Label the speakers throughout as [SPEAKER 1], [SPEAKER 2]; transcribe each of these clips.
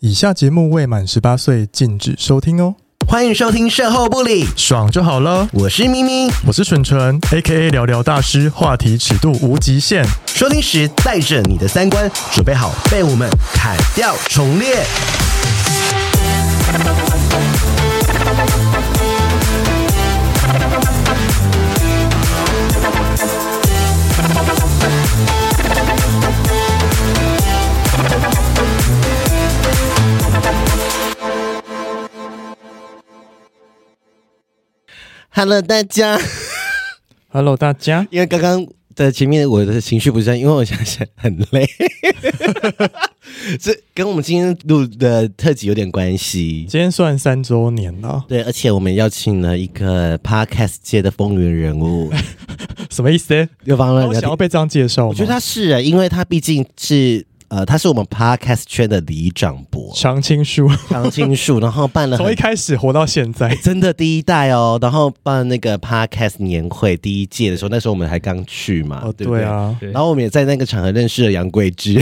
[SPEAKER 1] 以下节目未满十八岁禁止收听哦，
[SPEAKER 2] 欢迎收听《售后不理》，
[SPEAKER 1] 爽就好了。
[SPEAKER 2] 我是咪咪。
[SPEAKER 1] 我是纯纯，A K A 聊聊大师，话题尺度无极限。
[SPEAKER 2] 收听时带着你的三观，准备好被我们砍掉重练。Hello，大家。
[SPEAKER 1] Hello，大家，
[SPEAKER 2] 因为刚刚的前面我的情绪不是很，因为我想想很累，这跟我们今天录的特辑有点关系。
[SPEAKER 1] 今天算三周年了，
[SPEAKER 2] 对，而且我们邀请了一个 podcast 界的风云人物，
[SPEAKER 1] 什么意思？
[SPEAKER 2] 又帮了
[SPEAKER 1] 我想要被这样介绍吗？，
[SPEAKER 2] 呃我觉得他是啊，因为他毕竟是呃，他是我们 podcast 圈的里长伯
[SPEAKER 1] 常青 树，
[SPEAKER 2] 常 青树，然后办了
[SPEAKER 1] 从一
[SPEAKER 2] 很
[SPEAKER 1] 开始活到现 在，
[SPEAKER 2] 真的第一代哦，然后办那个 podcast 年会第一届的时候，那时候我们还刚去嘛，
[SPEAKER 1] 哦，
[SPEAKER 2] 对不对
[SPEAKER 1] 对啊，
[SPEAKER 2] 然后我们也在那个场合认识了杨贵枝，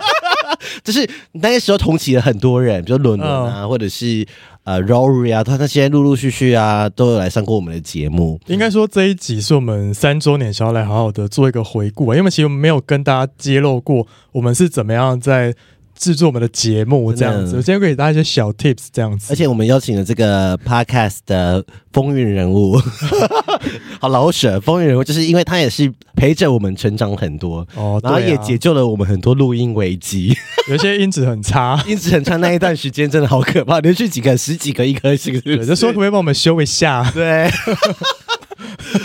[SPEAKER 2] 就是那个时候同期了很多人，比如伦伦啊，
[SPEAKER 1] 嗯
[SPEAKER 2] 或者是呃 Rory 啊，他那些陆陆续续啊都有来上过我们的节目。
[SPEAKER 1] 应该说这一集是我们三周年想要来好好的做一个回顾、啊，因为其实我们没有跟大家揭露过我们是怎么样在制作我们的节目这样
[SPEAKER 2] 真
[SPEAKER 1] 子。
[SPEAKER 2] 的
[SPEAKER 1] 我今天给大家一些小 tips 这样子，
[SPEAKER 2] 而且我们邀请了这个 podcast 的风云人物， 好老舍风云人物，就是因为他也是陪着我们成长很多，
[SPEAKER 1] 哦，
[SPEAKER 2] 然后
[SPEAKER 1] 对
[SPEAKER 2] 也
[SPEAKER 1] 啊
[SPEAKER 2] 解救了我们很多录音危机。 。
[SPEAKER 1] 有些音质很差
[SPEAKER 2] 音质很差那一段时间真的好可怕，连续几个十几个一颗星，是不是
[SPEAKER 1] 对，就说可不可以帮我们修一下？
[SPEAKER 2] 对。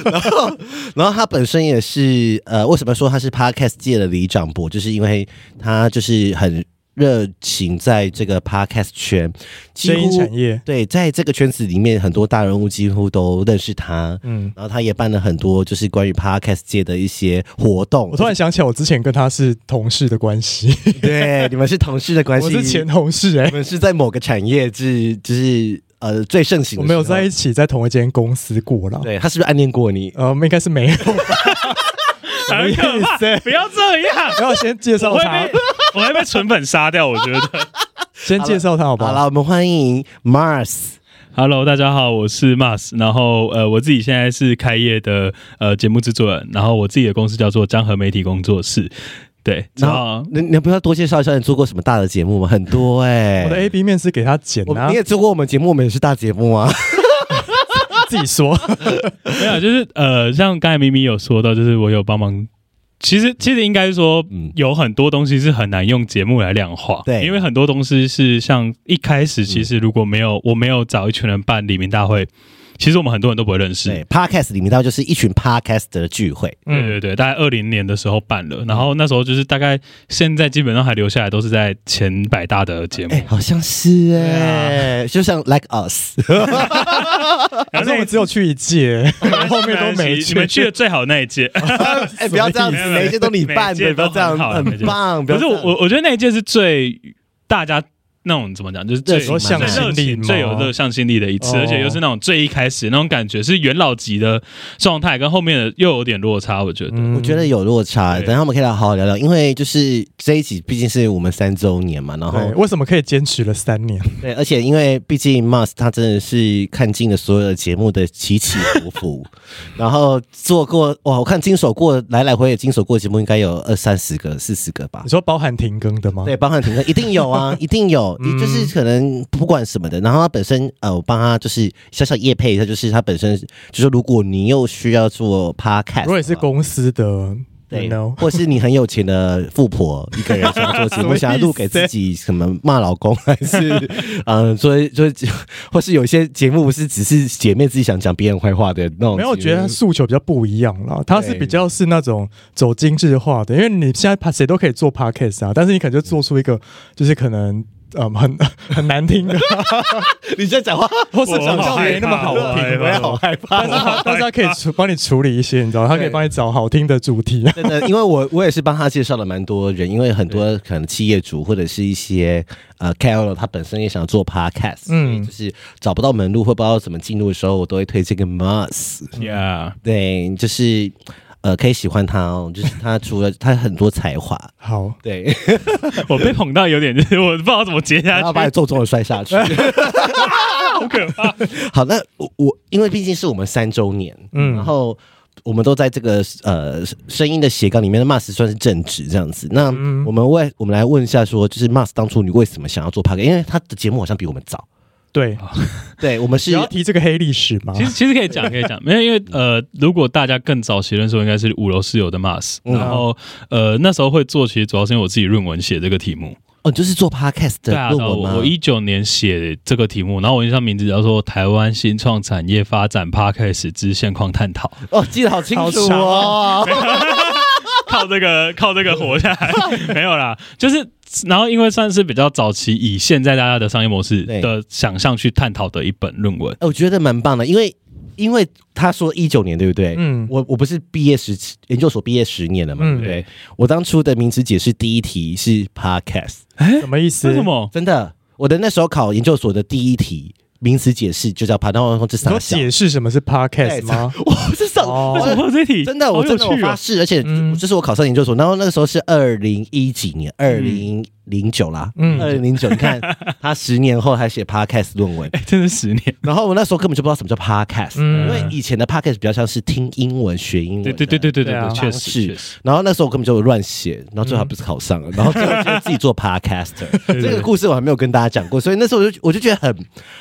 [SPEAKER 2] 然后，然后他本身也是呃，为什么说他是 podcast 界的李长博？就是因为他就是很热情在这个 podcast 圈，几
[SPEAKER 1] 声音产
[SPEAKER 2] 乎
[SPEAKER 1] 业，
[SPEAKER 2] 对，在这个圈子里面，很多大人物几乎都认识他。
[SPEAKER 1] 嗯，
[SPEAKER 2] 然后他也办了很多就是关于 podcast 界的一些活动
[SPEAKER 1] 我。突然想起来，我之前跟他是同事的关系，
[SPEAKER 2] 对，你们是同事的关
[SPEAKER 1] 我
[SPEAKER 2] 系，
[SPEAKER 1] 是前同事哎、
[SPEAKER 2] 你们是在某个产业是就是呃最盛行的时候。
[SPEAKER 1] 我们有在一起在同一间公司过了。
[SPEAKER 2] 对他是不是暗恋过你？
[SPEAKER 1] 呃，我们应该是没 有吧？
[SPEAKER 3] 很可怕
[SPEAKER 1] 什么意思，
[SPEAKER 3] 不要这 样，
[SPEAKER 1] 然后先介绍
[SPEAKER 3] 我会
[SPEAKER 1] 他
[SPEAKER 3] 被，我会被纯粉杀掉，我觉得。
[SPEAKER 1] 先介绍他好不
[SPEAKER 2] 好了，我们欢迎 Mars。
[SPEAKER 3] Hello，大家好，我是 Mas，然后呃，我自己现在是开业的呃节目制作人，然后我自己的公司叫做江河媒体工作室，对，
[SPEAKER 2] 然
[SPEAKER 3] 然
[SPEAKER 2] 后
[SPEAKER 3] 后，
[SPEAKER 2] 你你不要多介绍一下你做过什么大的节目吗？很多哎、
[SPEAKER 1] 我的 A B 面是给他剪
[SPEAKER 2] 我
[SPEAKER 1] 啊
[SPEAKER 2] 你，也做过我们节目，我们也是大节目 啊。
[SPEAKER 1] 自己 说。
[SPEAKER 3] 没有，就是呃，像刚才咪咪有说到，就是我有帮忙。其实，其实应该说
[SPEAKER 2] 嗯，
[SPEAKER 3] 有很多东西是很难用节目来量化。
[SPEAKER 2] 对嗯
[SPEAKER 3] 因为很多东西是像一开始，其实如果没有、我没有找一群人办黎明大会，其实我们很多人都不会认识。
[SPEAKER 2] 对，Podcast 里面到就是一群 Podcast 的聚会，
[SPEAKER 3] 对对对，大概二零年的时候办了，然后那时候就是大概现在基本上还留下来都是在前百大的节目
[SPEAKER 2] 哎、，好像是
[SPEAKER 3] 啊
[SPEAKER 2] 哎、就像 Like Us，
[SPEAKER 1] 反正我们只有去一届，哎后面都没
[SPEAKER 3] 哎
[SPEAKER 1] 哦
[SPEAKER 3] 你们去的最好那一届，
[SPEAKER 2] 哎、不要这样子，每一届都你办的，
[SPEAKER 3] 每一届
[SPEAKER 2] 不
[SPEAKER 3] 都
[SPEAKER 2] 要这样，
[SPEAKER 3] 很好
[SPEAKER 2] 很棒。不 要
[SPEAKER 3] 可是
[SPEAKER 2] 这
[SPEAKER 3] 我
[SPEAKER 2] 样
[SPEAKER 3] 我我觉得那一届是最大家那种怎么讲，就是最
[SPEAKER 2] 热情嘛
[SPEAKER 3] 最
[SPEAKER 1] 向
[SPEAKER 3] 热
[SPEAKER 1] 心力
[SPEAKER 3] 情、
[SPEAKER 1] 吗
[SPEAKER 3] 最有热向心力的一次，
[SPEAKER 1] 哦
[SPEAKER 3] 而且又是那种最一开始那种感觉是元老级的状态，跟后面的又有点落差，我觉得。
[SPEAKER 1] 嗯
[SPEAKER 2] 我觉得有落差，
[SPEAKER 3] 对
[SPEAKER 2] 等一下我们可以来好好聊聊，因为就是这一集毕竟是我们三周年嘛，然后
[SPEAKER 1] 对，为什么可以坚持了三年？
[SPEAKER 2] 对，而且因为毕竟 Mars 他真的是看尽了所有的节目的起起伏 伏，然后做过哇，我看经手过来来回也经手过的节目应该有二三十个、四十个吧
[SPEAKER 1] 你。说包含停更的吗？
[SPEAKER 2] 对，包含停课一定有 啊，一定有，
[SPEAKER 1] 嗯
[SPEAKER 2] 就是可能不管什么的。然后他本身呃，我帮他就是小小叶配一下，就是他本身就是如果你又需要做 podcast，
[SPEAKER 1] 如果你是
[SPEAKER 2] 的话
[SPEAKER 1] 公司的
[SPEAKER 2] 对
[SPEAKER 1] You know
[SPEAKER 2] 或是你很有钱的富婆一个人想做节
[SPEAKER 1] 什
[SPEAKER 2] 目，
[SPEAKER 1] 么意思
[SPEAKER 2] 想要录给自己什么骂老公，还是 嗯，所以所以或是有些节目不是只是姐妹自己想讲别人坏话的那种节目，
[SPEAKER 1] 没有，我觉得诉求比较不一样啦。它是
[SPEAKER 2] 对
[SPEAKER 1] 比较是那种走精致化的，因为你现在拍谁都可以做 podcast 啊，但是你可能就做出一个就是可能嗯很 很难听 的，
[SPEAKER 2] 你在讲话，
[SPEAKER 1] 或是
[SPEAKER 3] 我
[SPEAKER 1] 长
[SPEAKER 3] 好
[SPEAKER 1] 相
[SPEAKER 3] 害
[SPEAKER 1] 没那么
[SPEAKER 3] 怕
[SPEAKER 1] 好
[SPEAKER 3] 我好害
[SPEAKER 1] 听，
[SPEAKER 3] 怕
[SPEAKER 2] 我也好害怕
[SPEAKER 1] 但是他但是他可以处帮你处理一些，你知道，他可以帮你找好听的主题。
[SPEAKER 2] 真的，因为我我也是帮他介绍了蛮多人，因为很多可能企业主或者是一些呃 KOL，他本身也想做 podcast，
[SPEAKER 1] 嗯
[SPEAKER 2] 嗯，就是找不到门路或不知道怎么进入的时候，我都会推荐给 Mas，
[SPEAKER 3] ，Yeah，
[SPEAKER 2] 对，就是呃可以喜欢他哦，就是他除了他很多才华，
[SPEAKER 1] 好，
[SPEAKER 2] 对，
[SPEAKER 3] 我被捧到有点，就是我不知道怎么接下
[SPEAKER 2] 然
[SPEAKER 3] 去
[SPEAKER 2] 后，把你重重的摔下去。
[SPEAKER 3] 好可怕。
[SPEAKER 2] 好，那我我因为毕竟是我们三周年，
[SPEAKER 1] 嗯
[SPEAKER 2] 然后我们都在这个呃声音的斜杠里面的 Mas 算是正职这样子。那
[SPEAKER 3] 嗯
[SPEAKER 2] 我们为我们来问一下说，就是 Mas 当初你为什么想要做 p o d c a s 因为他的节目好像比我们早，
[SPEAKER 1] 对，
[SPEAKER 2] 啊对我们是
[SPEAKER 1] 你要提这个黑历史吗？
[SPEAKER 3] 其实其实可以讲，可以讲，没有，因为呃，如果大家更早期认识我，应该是五楼室友的 Mars，
[SPEAKER 2] 嗯
[SPEAKER 3] 然后呃那时候会做，其实主要是因为我自己论文写这个题目，
[SPEAKER 2] 哦，你就是做 podcast
[SPEAKER 3] 对
[SPEAKER 2] 的
[SPEAKER 3] 啊，
[SPEAKER 2] 论
[SPEAKER 3] 对啊
[SPEAKER 2] 文吗？
[SPEAKER 3] 我我一九年写这个题目，然后我印象名字叫做《台湾新创产业发展 Podcast 之现况探讨》，
[SPEAKER 2] 哦，记得好清楚
[SPEAKER 1] 好长
[SPEAKER 2] 哦。
[SPEAKER 3] 靠这个靠这个活下来，没有啦，就是然后因为算是比较早期以现在大家的商业模式
[SPEAKER 2] 对
[SPEAKER 3] 的想象去探讨的一本论文，
[SPEAKER 2] 哎我觉得蛮棒的，因为因为他说一九年对不对？
[SPEAKER 1] 嗯
[SPEAKER 2] 我我不是毕业十研究所毕业十年了嘛，
[SPEAKER 1] 嗯
[SPEAKER 2] 对不对？我当初的名词解释第一题是 podcast。
[SPEAKER 1] 什么意思？
[SPEAKER 3] 为什么？
[SPEAKER 2] 真的，我的那时候考研究所的第一题名词解释就叫爬到空之
[SPEAKER 1] 你
[SPEAKER 2] 傻
[SPEAKER 1] 说
[SPEAKER 2] 笑。
[SPEAKER 1] 解释什么是 podcast 吗？
[SPEAKER 2] 哎我 是上，
[SPEAKER 1] 哦
[SPEAKER 2] 我
[SPEAKER 3] 为什么会有这题
[SPEAKER 2] 真的，
[SPEAKER 3] 好
[SPEAKER 2] 我
[SPEAKER 3] 有
[SPEAKER 2] 真的我
[SPEAKER 3] 趣
[SPEAKER 2] 发
[SPEAKER 3] 哦！
[SPEAKER 2] 誓，而且
[SPEAKER 1] 啊嗯
[SPEAKER 2] 这是我考上研究所，然后那个时候是二零一几年，二零零九啦，
[SPEAKER 1] 嗯
[SPEAKER 2] 二零零九，你看他十年后还写 podcast 论文，
[SPEAKER 3] 哎，真的十年，
[SPEAKER 2] 然后我那时候根本就不知道什么叫 podcast，
[SPEAKER 1] 嗯
[SPEAKER 2] 因为以前的 podcast 比较像是听英文学英文，
[SPEAKER 3] 对对对对。对
[SPEAKER 1] 对啊
[SPEAKER 3] 对，确
[SPEAKER 2] 方
[SPEAKER 3] 实
[SPEAKER 2] 式
[SPEAKER 3] 确实，
[SPEAKER 2] 然后那时候我根本就乱写，然后最后还不是考 上了，然后最后就自己做 podcaster。这个故事我还没有跟大家讲过，所以那时候我就我就觉得很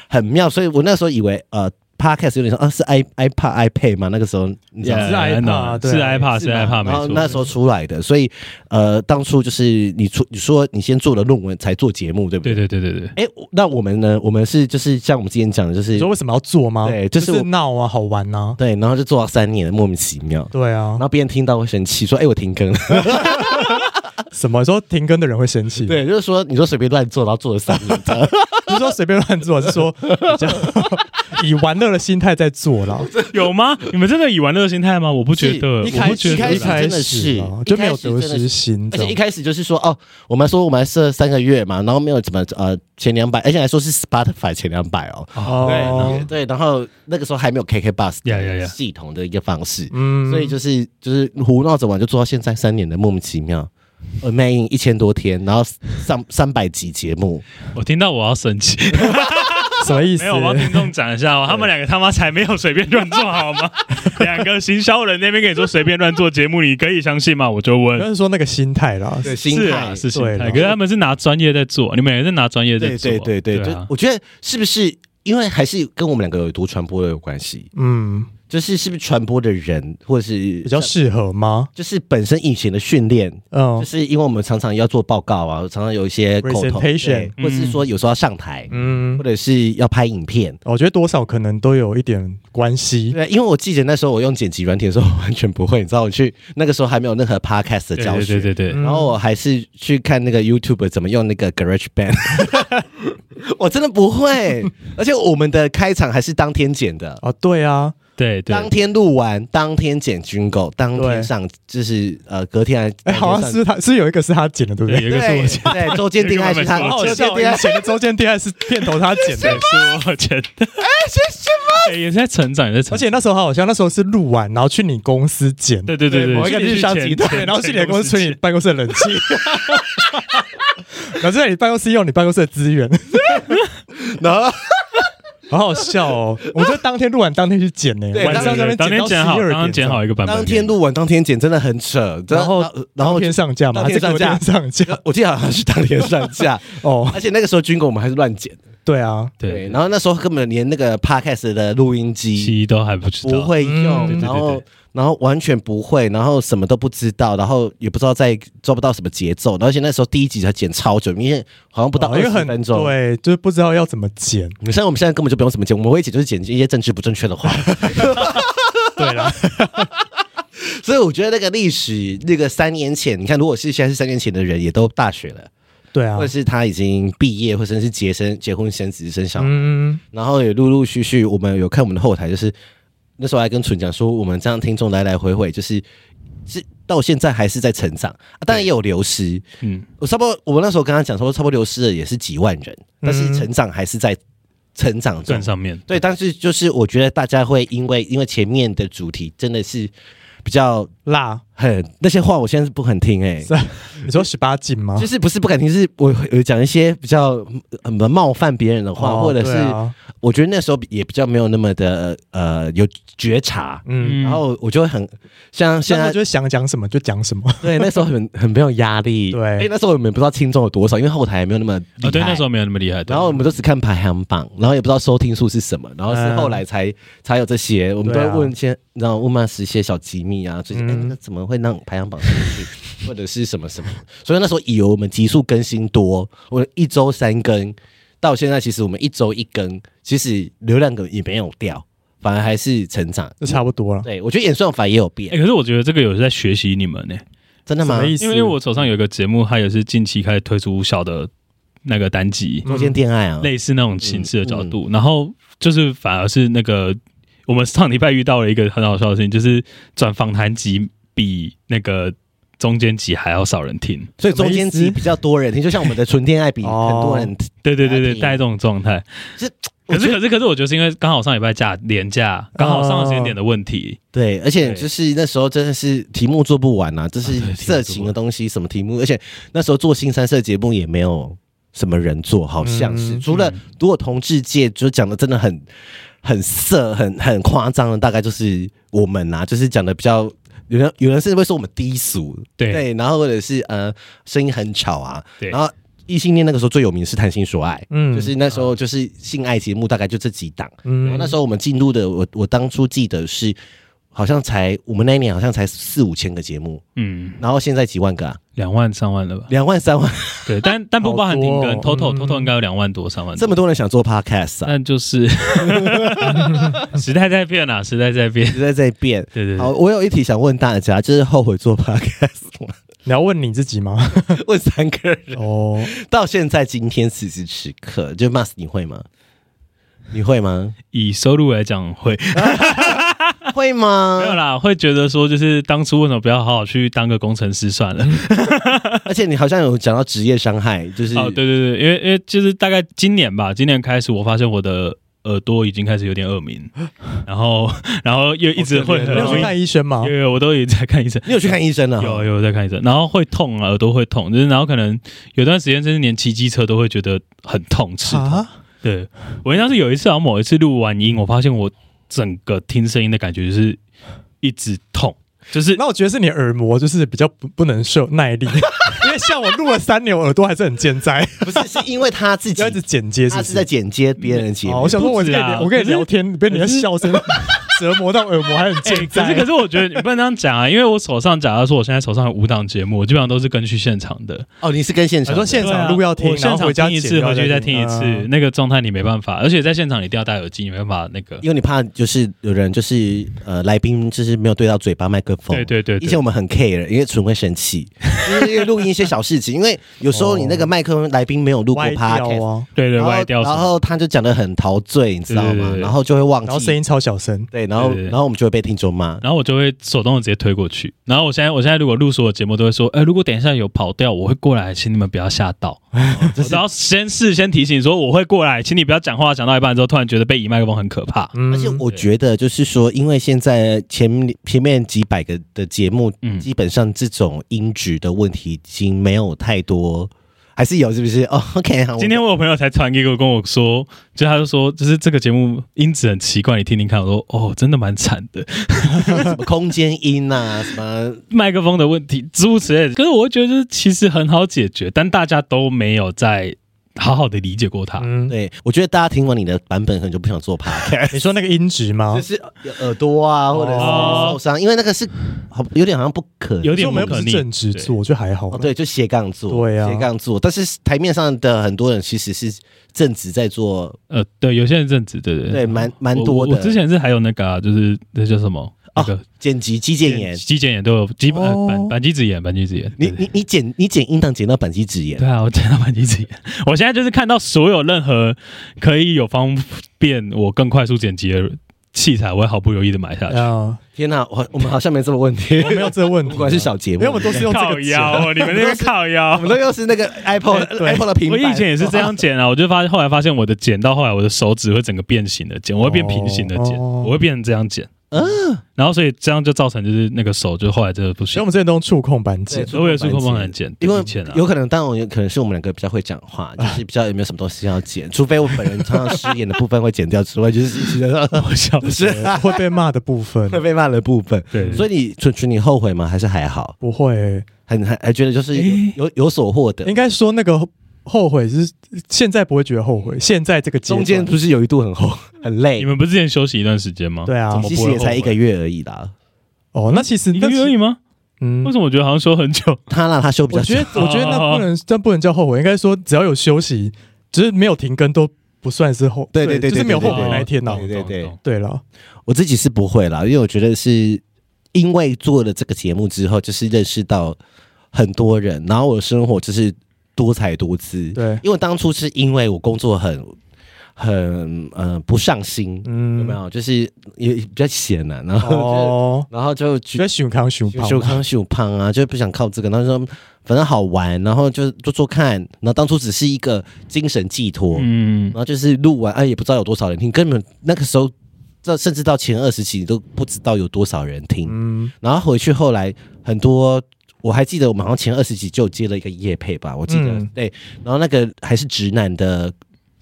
[SPEAKER 2] 很妙，所以我那时候以为呃 podcast 有点像啊是 i iPad iPad 嘛，那个时候你知道
[SPEAKER 3] Yeah，
[SPEAKER 1] 是 iPad，
[SPEAKER 3] I know，
[SPEAKER 1] 对
[SPEAKER 3] 是 iPad，是
[SPEAKER 2] 吗
[SPEAKER 3] iPad，没
[SPEAKER 2] 然后
[SPEAKER 3] 错。
[SPEAKER 2] 那时候出来的，所以呃当初就是你出你说你先做了论文才做节目，对不
[SPEAKER 3] 对
[SPEAKER 2] 对？
[SPEAKER 3] 对对对对，
[SPEAKER 2] 哎，我那我们呢？我们是就是像我们之前讲的，就是
[SPEAKER 1] 你说为什么要做吗？
[SPEAKER 2] 对就是
[SPEAKER 1] 不
[SPEAKER 2] 我
[SPEAKER 1] 闹啊，好玩啊。
[SPEAKER 2] 对，然后就做到三年，莫名其妙。
[SPEAKER 1] 对啊
[SPEAKER 2] 然，后别人听到会生气，说：“哎、我停 更了。”
[SPEAKER 1] 什么说停更的人会生气？，
[SPEAKER 2] 对，就是说你说随便乱做，然后做了三年，这样
[SPEAKER 1] 不是说随便乱做，是说 比较以玩乐的心态在做 啦。
[SPEAKER 3] 有吗？你们真的以玩乐的心态吗？我不觉得，
[SPEAKER 2] 是
[SPEAKER 3] 我不觉
[SPEAKER 2] 一开
[SPEAKER 3] 得
[SPEAKER 2] 始
[SPEAKER 3] 啦。
[SPEAKER 2] 真的
[SPEAKER 1] 一开始
[SPEAKER 2] 是
[SPEAKER 1] 啦就
[SPEAKER 2] 一开始
[SPEAKER 1] 没有得失心，
[SPEAKER 2] 而
[SPEAKER 1] 这
[SPEAKER 2] 且
[SPEAKER 1] 样
[SPEAKER 2] 一开始就是说哦，我们说我们设三个月嘛，然后没有怎么呃前两百，而且还说是 Spotify 前两百哦。
[SPEAKER 1] 哦，
[SPEAKER 2] 对，然后那个时候还没有 KK Bus
[SPEAKER 3] 嗯 Yeah, yeah, yeah
[SPEAKER 2] 系统的一个方式，
[SPEAKER 1] 嗯
[SPEAKER 2] 所以就是就是胡闹着玩，就做到现在三年的莫名其妙。a m a z i n 一千多天，然后上三百集节目，
[SPEAKER 3] 我听到我要生气，
[SPEAKER 1] 什么意思
[SPEAKER 3] 没？有，我要 听众讲一下哦，他们两个他妈才没有随便乱做好吗？两个行销人那边跟你说随便乱做节目，你可以相信吗？我就
[SPEAKER 1] 就
[SPEAKER 3] 问。
[SPEAKER 1] 是说那个心态啦，
[SPEAKER 2] 心
[SPEAKER 3] 是
[SPEAKER 2] 态
[SPEAKER 3] 啊，是心
[SPEAKER 1] 对
[SPEAKER 3] 态，
[SPEAKER 1] 啦
[SPEAKER 3] 可是他们是拿专业在做，你们也是拿专业在
[SPEAKER 2] 对
[SPEAKER 3] 做，
[SPEAKER 2] 对对对，
[SPEAKER 3] 对
[SPEAKER 2] 就
[SPEAKER 3] 啊，
[SPEAKER 2] 我觉得是不是因为还是跟我们两个有读传播有关系？
[SPEAKER 1] 嗯，
[SPEAKER 2] 就是是不是传播的人，或者是
[SPEAKER 1] 比较适合吗？
[SPEAKER 2] 就是本身以前的训练，就
[SPEAKER 3] 哦
[SPEAKER 1] 嗯
[SPEAKER 2] 是因为我们常常要做报告啊，常常有一些口头，
[SPEAKER 1] Presentation
[SPEAKER 2] 对或是说有时候要上台，
[SPEAKER 1] 嗯
[SPEAKER 2] 或，者是要拍影片。
[SPEAKER 1] 我觉得多少可能都有一点关系。
[SPEAKER 2] 对，因为我记得那时候我用剪辑软体的时候，我完全不会，你知道，我去那个时候还没有任何 podcast 的
[SPEAKER 3] 对
[SPEAKER 2] 教
[SPEAKER 3] 对
[SPEAKER 2] 学，
[SPEAKER 3] 对对对，
[SPEAKER 1] 嗯
[SPEAKER 2] 然后我还是去看那个 YouTube 怎么用那个 GarageBand，我真的不会，而且我们的开场还是当天剪的，
[SPEAKER 1] 啊，对啊，
[SPEAKER 3] 对对
[SPEAKER 2] 当天录完，当天剪军狗，当
[SPEAKER 1] 对
[SPEAKER 2] 天上就是呃隔天还，
[SPEAKER 1] 哎，好
[SPEAKER 2] 隔
[SPEAKER 1] 像
[SPEAKER 2] 天上
[SPEAKER 1] 是他是有一个是他剪的，对不
[SPEAKER 3] 对，
[SPEAKER 1] 对？
[SPEAKER 3] 有一个是我剪
[SPEAKER 2] 对对，周间定案是他
[SPEAKER 3] 有一个，我
[SPEAKER 2] 周
[SPEAKER 3] 们
[SPEAKER 2] 间
[SPEAKER 1] 笑，
[SPEAKER 2] 定案
[SPEAKER 1] 以前的周间第二是片头他剪
[SPEAKER 3] 的，
[SPEAKER 1] 的，
[SPEAKER 3] 是我剪的，哎，是什么？也是在成长，也在成
[SPEAKER 1] 而
[SPEAKER 3] 长，
[SPEAKER 1] 且那时候他好像那时候是录完，然后去你公司剪，
[SPEAKER 3] 对对对对，
[SPEAKER 1] 某一个
[SPEAKER 3] 去
[SPEAKER 1] 日商
[SPEAKER 3] 前
[SPEAKER 1] 集团，
[SPEAKER 3] 前
[SPEAKER 1] 然后去你的
[SPEAKER 3] 前
[SPEAKER 1] 公司吹你
[SPEAKER 3] 前
[SPEAKER 1] 办公室的冷气， 然后在你办公室用你办公室的资源，
[SPEAKER 2] 然后
[SPEAKER 1] 好好笑哦！我觉得当天录完当天去剪呢、
[SPEAKER 2] 对
[SPEAKER 1] 晚上那边
[SPEAKER 3] 当天
[SPEAKER 1] 剪
[SPEAKER 3] 剪
[SPEAKER 1] 到
[SPEAKER 3] 好，
[SPEAKER 1] 12
[SPEAKER 3] 当
[SPEAKER 1] 点
[SPEAKER 3] 天剪好一个版本，
[SPEAKER 2] 当天录完当天剪真的很扯，真的
[SPEAKER 1] 然后
[SPEAKER 2] 然
[SPEAKER 1] 当
[SPEAKER 2] 后
[SPEAKER 1] 天上架嘛，
[SPEAKER 2] 当天上架
[SPEAKER 1] 还是隔天上 架
[SPEAKER 2] 我记得好像是当天上架，
[SPEAKER 1] 哦，
[SPEAKER 2] 而且那个时候军狗我们还是乱剪，
[SPEAKER 1] 对啊，
[SPEAKER 3] 对，
[SPEAKER 2] 然后那时候根本连那个 podcast 的录音机
[SPEAKER 3] 期都还不知道，
[SPEAKER 2] 不会
[SPEAKER 1] 嗯对
[SPEAKER 2] 用，
[SPEAKER 1] 对
[SPEAKER 2] 然后然后完全不会，然后什么都不知道，然后也不知道在抓不到什么节奏，然后而且那时候第一集才剪超久，因为好像不到
[SPEAKER 1] 哦
[SPEAKER 2] 二
[SPEAKER 1] 因
[SPEAKER 2] 十
[SPEAKER 1] 为很
[SPEAKER 2] 分钟。
[SPEAKER 1] 对，就是不知道要怎么剪。
[SPEAKER 2] 你像我们现在根本就不用怎么剪，我们会剪就是剪一些政治不正确的 话，
[SPEAKER 1] 对啦，
[SPEAKER 2] 所以我觉得那个历史，那个三年前，你看，如果是现在是三年前的人，也都大学了，
[SPEAKER 1] 对啊
[SPEAKER 2] 或者，是他已经毕业，或者是结生结婚生子生小孩，
[SPEAKER 1] 嗯，
[SPEAKER 2] 然后也陆陆续续，我们有看我们的后台，就是那时候还跟纯讲说，我们这样听众来来回回，就是是到现在还是在成长，啊、当然也有流失。
[SPEAKER 3] 嗯，
[SPEAKER 2] 我差不多，我们那时候跟他讲说，差不多流失的也是几万人，
[SPEAKER 1] 嗯
[SPEAKER 2] 但是成长还是在成长中
[SPEAKER 3] 站。上面，
[SPEAKER 2] 对，但是就是我觉得大家会因为因为前面的主题真的是比较
[SPEAKER 1] 辣，
[SPEAKER 2] 很那些话，我现在是不肯听哎、
[SPEAKER 1] 是啊你说十八禁吗？
[SPEAKER 2] 就是不是不敢听，是我有讲一些比较呃冒犯别人的话，
[SPEAKER 1] 哦
[SPEAKER 2] 或者是、
[SPEAKER 1] 对啊
[SPEAKER 2] 我觉得那时候也比较没有那么的呃有觉察，
[SPEAKER 1] 嗯，
[SPEAKER 2] 然后我就会很像现
[SPEAKER 1] 现在
[SPEAKER 2] 在
[SPEAKER 1] 就是想讲什么就讲什么。
[SPEAKER 2] 对那时候很很没有压 力，
[SPEAKER 1] 对
[SPEAKER 2] 哎那时候我们也不知道轻重有多少，因为后台也没有那么厉害，
[SPEAKER 3] 啊，对，那时候没有那么厉害，对
[SPEAKER 2] 然后我们都只看排行榜，然后也不知道收听数是什么，然后是
[SPEAKER 1] 嗯
[SPEAKER 2] 后来才、才有这些，我们都
[SPEAKER 1] 对
[SPEAKER 2] 会
[SPEAKER 1] 啊
[SPEAKER 2] 问一些，然后问嘛一些小机密啊，最近哎、
[SPEAKER 1] 嗯
[SPEAKER 2] 那怎么会让排行榜上去，或者是什么什么？所以那时候以为我们集数更新多，我一周三更，到现在其实我们一周一更，其实流量个也没有掉，反而还是成长。
[SPEAKER 1] 就差不多了。
[SPEAKER 2] 对我觉得演算法也有变，
[SPEAKER 3] 哎、可是我觉得这个有在学习你们呢、
[SPEAKER 2] 真的
[SPEAKER 1] 什
[SPEAKER 2] 吗
[SPEAKER 1] 么？意思？
[SPEAKER 3] 因为因为我手上有一个节目，它也是近期开始推出小的那个单集，
[SPEAKER 1] 嗯
[SPEAKER 2] 中间恋爱啊，
[SPEAKER 3] 类似那种形式的角度，然后就是反而是那个我们上礼拜遇到了一个很好笑的事情，就是转访谈集比那个中间集还要少人听。
[SPEAKER 2] 所以中间
[SPEAKER 1] 什么
[SPEAKER 2] 集
[SPEAKER 1] 意思
[SPEAKER 2] 比较多人听，就像我们的纯恋爱比很
[SPEAKER 1] 哦
[SPEAKER 2] 多人听。
[SPEAKER 3] 对对对
[SPEAKER 2] 还
[SPEAKER 3] 对，
[SPEAKER 2] 挺
[SPEAKER 3] 大概这种状态。
[SPEAKER 2] 是
[SPEAKER 3] 可是可是可是，我觉得是因为刚好上礼拜假连假，刚好上的时间点的问题。
[SPEAKER 2] 对，而且
[SPEAKER 3] 对
[SPEAKER 2] 就是那时候真的是题目做不完啊，这是色情的东西，什么题目？而且那时候做新三色节目也没有什么人做，好像是、
[SPEAKER 1] 嗯
[SPEAKER 2] 除了如果同志界就讲的真的很很色、很很夸张的，大概就是我们啊，就是讲的比较。有人有人甚至会说我们低俗，
[SPEAKER 3] 对
[SPEAKER 2] 然后或者是呃声音很吵啊，
[SPEAKER 3] 对
[SPEAKER 2] 然后异性恋那个时候最有名是谈性说爱，
[SPEAKER 1] 嗯
[SPEAKER 2] 就是那时候就是性爱节目大概就这几档，然后
[SPEAKER 1] 嗯
[SPEAKER 2] 那时候我们进入的，我我当初记得是好像才我们那一年好像才四五千个节目，
[SPEAKER 3] 嗯，
[SPEAKER 2] 然后现在几万个、啊，
[SPEAKER 3] 两万上万了吧？
[SPEAKER 2] 两万三万，
[SPEAKER 3] 对，但但不包含停更
[SPEAKER 1] 好多哦嗯
[SPEAKER 3] ，total total 应该有两万多三万多
[SPEAKER 2] 这么多人想做 podcast 啊，
[SPEAKER 3] 但就是时代在变啊，时代在变。
[SPEAKER 2] 一直在在变。
[SPEAKER 3] 对对
[SPEAKER 2] 好，
[SPEAKER 3] 对，
[SPEAKER 2] 我有一题想问大家，就是后悔做 podcast 吗？
[SPEAKER 1] 你要问你自己吗？
[SPEAKER 2] 问三个人，
[SPEAKER 1] 哦，
[SPEAKER 2] 到现在今天此时此刻，就 Mas 你会吗？你会吗？
[SPEAKER 3] 以收入来讲会
[SPEAKER 2] 会吗
[SPEAKER 3] 没？有啦，会觉得说就是当初为什么不要好好去当个工程师算了？
[SPEAKER 2] 而且你好像有讲到职业伤害，就是
[SPEAKER 3] 哦，对对对，因为因为就是大概今年吧，今年开始我发现我的耳朵已经开始有点耳鸣，然后然后又一直会
[SPEAKER 1] 没
[SPEAKER 3] 很
[SPEAKER 1] 有
[SPEAKER 3] 容
[SPEAKER 1] 去
[SPEAKER 3] 易，
[SPEAKER 1] 看医生吗
[SPEAKER 3] 有？有我都已经在看医生。
[SPEAKER 2] 你有去看医生
[SPEAKER 1] 嗯
[SPEAKER 2] 了？
[SPEAKER 3] 有有在看医生，然后会痛啊，耳朵会痛，就是然后可能有段时间甚至连骑机车都会觉得很痛刺痛。
[SPEAKER 1] 啊，
[SPEAKER 3] 对我印象是有一次，好啊像某一次录完音，我发现我整个听声音的感觉就是一直痛， 就是
[SPEAKER 1] 那我觉得是你耳膜就是比较不不能受耐力，因为像我录了三年，我耳朵还是很健在，
[SPEAKER 2] 不是，是因为他自己
[SPEAKER 1] 要一，直剪接，是
[SPEAKER 2] 他
[SPEAKER 1] 不
[SPEAKER 2] 是在
[SPEAKER 1] 是？
[SPEAKER 2] 剪接别人的节
[SPEAKER 1] 哦，
[SPEAKER 2] 目
[SPEAKER 1] 我。想说，我跟你
[SPEAKER 3] 不止啊
[SPEAKER 1] 我跟你聊天，被你的
[SPEAKER 3] 可是
[SPEAKER 1] 笑声 折磨到耳膜还很
[SPEAKER 3] 哎、
[SPEAKER 1] 健
[SPEAKER 3] 可
[SPEAKER 1] 在
[SPEAKER 3] 是可。是我觉得你不能这样讲啊，因为我手上假如说我现在手上有五档节目，我基本上都是跟去现场的，
[SPEAKER 2] 哦，你是跟现
[SPEAKER 1] 你
[SPEAKER 2] 场的
[SPEAKER 1] 说现
[SPEAKER 3] 对啊
[SPEAKER 1] 场录要听，
[SPEAKER 3] 我
[SPEAKER 1] 然
[SPEAKER 3] 现
[SPEAKER 1] 后
[SPEAKER 3] 场
[SPEAKER 1] 回家
[SPEAKER 3] 听一
[SPEAKER 1] 剪
[SPEAKER 3] 次，
[SPEAKER 1] 又要
[SPEAKER 3] 回去再听一次，
[SPEAKER 1] 嗯
[SPEAKER 3] 那个状态你没办法，而且在现场你一定要戴耳机，你没办法那个。
[SPEAKER 2] 因为你怕就是有人就是呃来宾就是没有对到嘴巴麦克风。
[SPEAKER 3] 对对对啊
[SPEAKER 2] 以前
[SPEAKER 3] 对，
[SPEAKER 2] 我们很 care，因为纯会生 气，就是因为录音一些小事情，因为有时候你那个麦克风来宾没有录过
[SPEAKER 1] 歪掉
[SPEAKER 2] podcast，、
[SPEAKER 1] 啊，
[SPEAKER 3] 对对
[SPEAKER 2] 然后
[SPEAKER 3] 歪掉什
[SPEAKER 2] 然
[SPEAKER 3] 么。
[SPEAKER 2] 后他就讲的很陶醉，你知道吗？
[SPEAKER 3] 对对对对
[SPEAKER 2] 然后就会忘
[SPEAKER 1] 然后声
[SPEAKER 2] 记，
[SPEAKER 1] 音超小声，
[SPEAKER 2] 对，然后
[SPEAKER 3] 对对对
[SPEAKER 2] 然后我们就会被听众骂。
[SPEAKER 3] 然后我就会手动的直接推过去。然后我现在，我现在如果录所有节目，都会说，哎、如果等一下有跑掉，我会过来，请你们不要吓 到。
[SPEAKER 1] 哦
[SPEAKER 3] 我只要先事先提醒说我会过来，请你不要讲话，讲到一半之后突然觉得被移麦克风很可怕。
[SPEAKER 1] 嗯
[SPEAKER 2] 而且我觉得就是说，因为现在前前面几百个的节目，
[SPEAKER 3] 嗯
[SPEAKER 2] 基本上这种音质的问题已经没有太多，还是有是不是？哦，OK，好，我
[SPEAKER 3] 今天我有朋友才传给我跟我说，就他就说，就是这个节目音质很奇怪，你听听看。我说哦，真的蛮惨的，
[SPEAKER 2] 什么空间音 啊，什么
[SPEAKER 3] 麦克风的问题，诸如此类的。可是我会觉得就是其实很好解决，但大家都没有在好好的理解过它。
[SPEAKER 1] 嗯，哎
[SPEAKER 2] 对，我觉得大家听完你的版本，可能就不想做 podcast，
[SPEAKER 1] 你说那个音质吗
[SPEAKER 2] 就？是耳朵啊，或者是
[SPEAKER 3] 哦
[SPEAKER 2] 受伤，因为那个是好有点好像不可能，
[SPEAKER 3] 有
[SPEAKER 1] 可是
[SPEAKER 3] 点
[SPEAKER 1] 我们又不是
[SPEAKER 3] 不可逆
[SPEAKER 1] 正职做，我觉得还好啦
[SPEAKER 2] 哦，。对，就斜杠做，
[SPEAKER 1] 对啊
[SPEAKER 2] 斜杠做。但是台面上的很多人其实是正职在做，
[SPEAKER 3] 呃，对，有些人正直，对对
[SPEAKER 2] 对，蛮蛮
[SPEAKER 3] 我
[SPEAKER 2] 多
[SPEAKER 3] 我
[SPEAKER 2] 的。
[SPEAKER 3] 我之前是还有那个、啊，就是那叫什么？那个
[SPEAKER 2] 哦，剪辑、肌腱炎，
[SPEAKER 3] 肌腱炎都有肌呃
[SPEAKER 1] 哦
[SPEAKER 3] 板板机子炎，板机子炎。
[SPEAKER 2] 你
[SPEAKER 3] 对
[SPEAKER 2] 你你剪你剪音档剪到板机直炎
[SPEAKER 3] 对，啊，我见到板机子炎。 我现在就是看到所有任何可以有方便我更快速剪辑的器材，我会毫不犹豫的买下去。
[SPEAKER 1] 啊，
[SPEAKER 2] 天哪，我我们好像没这么问题
[SPEAKER 1] 我，没有这个问题啊，
[SPEAKER 2] 不管是小节
[SPEAKER 1] 因
[SPEAKER 2] 目
[SPEAKER 1] 为我，们都是用这
[SPEAKER 3] 靠
[SPEAKER 1] 个啊剪，
[SPEAKER 3] 腰哦，你们那个靠腰，
[SPEAKER 2] 我们都又是那个 Apple
[SPEAKER 1] 哎对
[SPEAKER 2] Apple 的平
[SPEAKER 3] 我
[SPEAKER 2] 板，
[SPEAKER 3] 以前也是这样剪啊，我就发现后来发现我的剪到后来我的手指会整个变形的剪，我会变平行的剪，
[SPEAKER 1] 哦
[SPEAKER 3] 我会变成这样剪。
[SPEAKER 2] 嗯
[SPEAKER 3] 然后所以这样就造成就是那个手就后来真的不
[SPEAKER 1] 所以我
[SPEAKER 3] 行，
[SPEAKER 1] 们之前都用触控板剪
[SPEAKER 2] 对。
[SPEAKER 3] 所以我也是
[SPEAKER 2] 触
[SPEAKER 3] 空
[SPEAKER 2] 控
[SPEAKER 3] 空
[SPEAKER 2] 板
[SPEAKER 3] 很剪，
[SPEAKER 2] 因为
[SPEAKER 3] 以前啊，
[SPEAKER 2] 有可能，当然有可能是我们两个比较会讲话，就是比较有没有什么东西要剪，除非我本人常常失言的部分会剪掉之外，就是一直在
[SPEAKER 3] 我笑死。
[SPEAKER 2] 是
[SPEAKER 1] 呃会被骂的部分
[SPEAKER 2] 会被骂的部分。
[SPEAKER 3] 对，
[SPEAKER 2] 所
[SPEAKER 3] 所以
[SPEAKER 2] 以你纯纯你后悔吗？还是还好？
[SPEAKER 1] 不会欸，
[SPEAKER 2] 很还还觉得就是有有有所获得
[SPEAKER 1] 应。该说那个后悔是现在不会觉得后悔，现在这个阶
[SPEAKER 2] 中
[SPEAKER 1] 段
[SPEAKER 2] 间不是有一度很红很累
[SPEAKER 3] 你，们不是之前休息一段时间吗？
[SPEAKER 1] 对啊
[SPEAKER 3] 怎么
[SPEAKER 2] 其
[SPEAKER 3] 不
[SPEAKER 2] 实
[SPEAKER 3] 会
[SPEAKER 2] 也才一个
[SPEAKER 3] 后
[SPEAKER 2] 月而已啦。
[SPEAKER 1] 哦，那其实
[SPEAKER 3] 悔一个月而已吗？
[SPEAKER 1] 嗯
[SPEAKER 3] 为，什么我觉得好像说很久？
[SPEAKER 2] 他让他休比
[SPEAKER 1] 我
[SPEAKER 2] 较
[SPEAKER 1] 觉
[SPEAKER 2] 久，
[SPEAKER 1] 得我觉得那不能那不能叫后悔，应该说只要有休息，只是没有停更都不算是后，
[SPEAKER 2] 对对对
[SPEAKER 1] 就是没有后悔
[SPEAKER 2] 哦对
[SPEAKER 1] 那一天呐啊
[SPEAKER 2] 对。对对
[SPEAKER 3] 懂
[SPEAKER 1] 对了，
[SPEAKER 2] 我自己是不会啦，因为我觉得是因为做了这个节目之后，就是认识到很多人，然后我的生活就是多彩多姿。
[SPEAKER 1] 对，
[SPEAKER 2] 因为当初是因为我工作很很呃不上心，有
[SPEAKER 1] 嗯
[SPEAKER 2] 没，有？就是也比较闲呐、然后就、
[SPEAKER 1] 哦，
[SPEAKER 2] 然后就觉
[SPEAKER 1] 觉得熊康熊胖，
[SPEAKER 2] 修康修胖啊，就不想靠这个。然后说反正好玩，然后就做做看。然后当初只是一个精神寄托，
[SPEAKER 3] 嗯
[SPEAKER 2] 然，后就是录完，哎、也不知道有多少人听，根本那个时候，这甚至到前二十期你都不知道有多少人听。
[SPEAKER 1] 嗯，
[SPEAKER 2] 然后回去后来很多，我还记得我们好像前二十集就接了一个夜配吧，我记得、
[SPEAKER 1] 嗯
[SPEAKER 2] 对。然后那个还是直男的，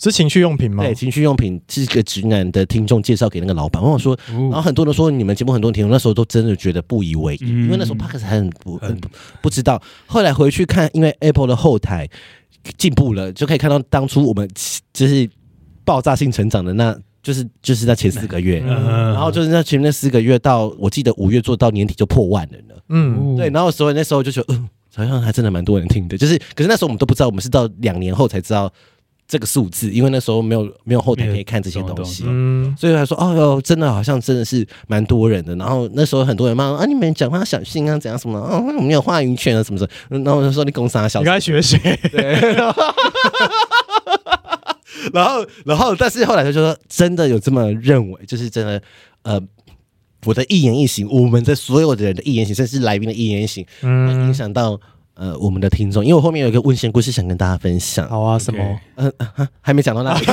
[SPEAKER 1] 是情趣用品吗？
[SPEAKER 2] 对，情趣用品是一个直男的听众介绍给那个老板，问我说，然后
[SPEAKER 3] 哦
[SPEAKER 2] 很多人说你们节目很多人听，我那时候都真的觉得不以为意，
[SPEAKER 3] 嗯
[SPEAKER 2] 因为那时候 p o d c a s 还很不很
[SPEAKER 3] 很
[SPEAKER 2] 不不知道。后来回去看，因为 Apple 的后台进步了，就可以看到当初我们就是爆炸性成长的那，就是就是那前四个月，
[SPEAKER 1] 嗯
[SPEAKER 2] 然后就是那前面那四个月到我记得五月做到年底就破万人了。
[SPEAKER 1] 嗯，
[SPEAKER 2] 对，然后所以那时候就觉得，嗯，好像还真的蛮多人听的，就是可是那时候我们都不知道，我们是到两年后才知道这个数字，因为那时候没有没有后台可以看这些
[SPEAKER 3] 没有
[SPEAKER 2] 东西。
[SPEAKER 1] 嗯，
[SPEAKER 2] 所以他说：“哦哟，真的好像真的是蛮多人的。”然后那时候很多人骂啊，你们讲话小心啊，怎样什么的啊，我们有话语权啊，什么什么。然后我就说：“你攻啥小
[SPEAKER 1] 你？”刚才学谁？
[SPEAKER 2] 然后，然后，但是后来他就说：“真的有这么认为，就是真的，呃，我的一言一行，我们的所有的人的一言一行，甚至来宾的一言一行，会影
[SPEAKER 1] 嗯，
[SPEAKER 2] 响到呃我们的听众。因为我后面有一个问仙故事想跟大家分享，
[SPEAKER 1] 好啊，什么？
[SPEAKER 2] 还没讲到那里，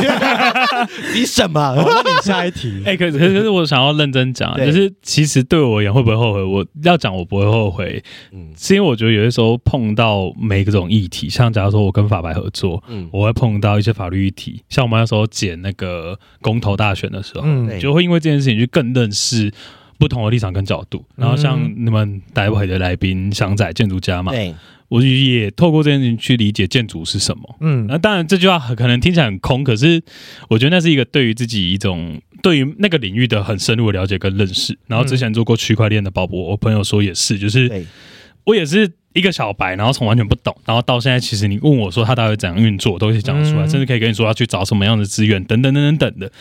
[SPEAKER 2] 你什 么？
[SPEAKER 1] 好那你下一 题。
[SPEAKER 3] 哎、可是可是我想要认真讲啊，
[SPEAKER 2] 对
[SPEAKER 3] 就是其实对我而言会不会后悔？我要讲我不会后悔，
[SPEAKER 2] 嗯
[SPEAKER 3] 是因为我觉得有些时候碰到每各种议题，像假如说我跟法白合作，
[SPEAKER 2] 嗯，
[SPEAKER 3] 我会碰到一些法律议题，像我们那时候剪那个公投大选的时候，
[SPEAKER 1] 嗯
[SPEAKER 2] 对
[SPEAKER 3] 就会因为这件事情去更认识不同的立场跟角度。然后像
[SPEAKER 2] 嗯
[SPEAKER 3] 你们待会的来宾祥仔建筑家嘛，
[SPEAKER 2] 对，
[SPEAKER 3] 我也透过这件事情去理解建筑是什么。
[SPEAKER 1] 嗯
[SPEAKER 3] 那当然，这句话很可能听起来很空，可是我觉得那是一个对于自己一种对于那个领域的很深入的了解跟认识。然
[SPEAKER 1] 嗯
[SPEAKER 3] 后之前做过区块链的鲍勃，我朋友说也是，就是
[SPEAKER 2] 对，
[SPEAKER 3] 我也是一个小白，然后从完全不懂，然后到现在，其实你问我说他到底怎样运作，我都可以讲得出来，
[SPEAKER 1] 嗯
[SPEAKER 3] 甚至可以跟你说要去找什么样的资源，等等等等等的。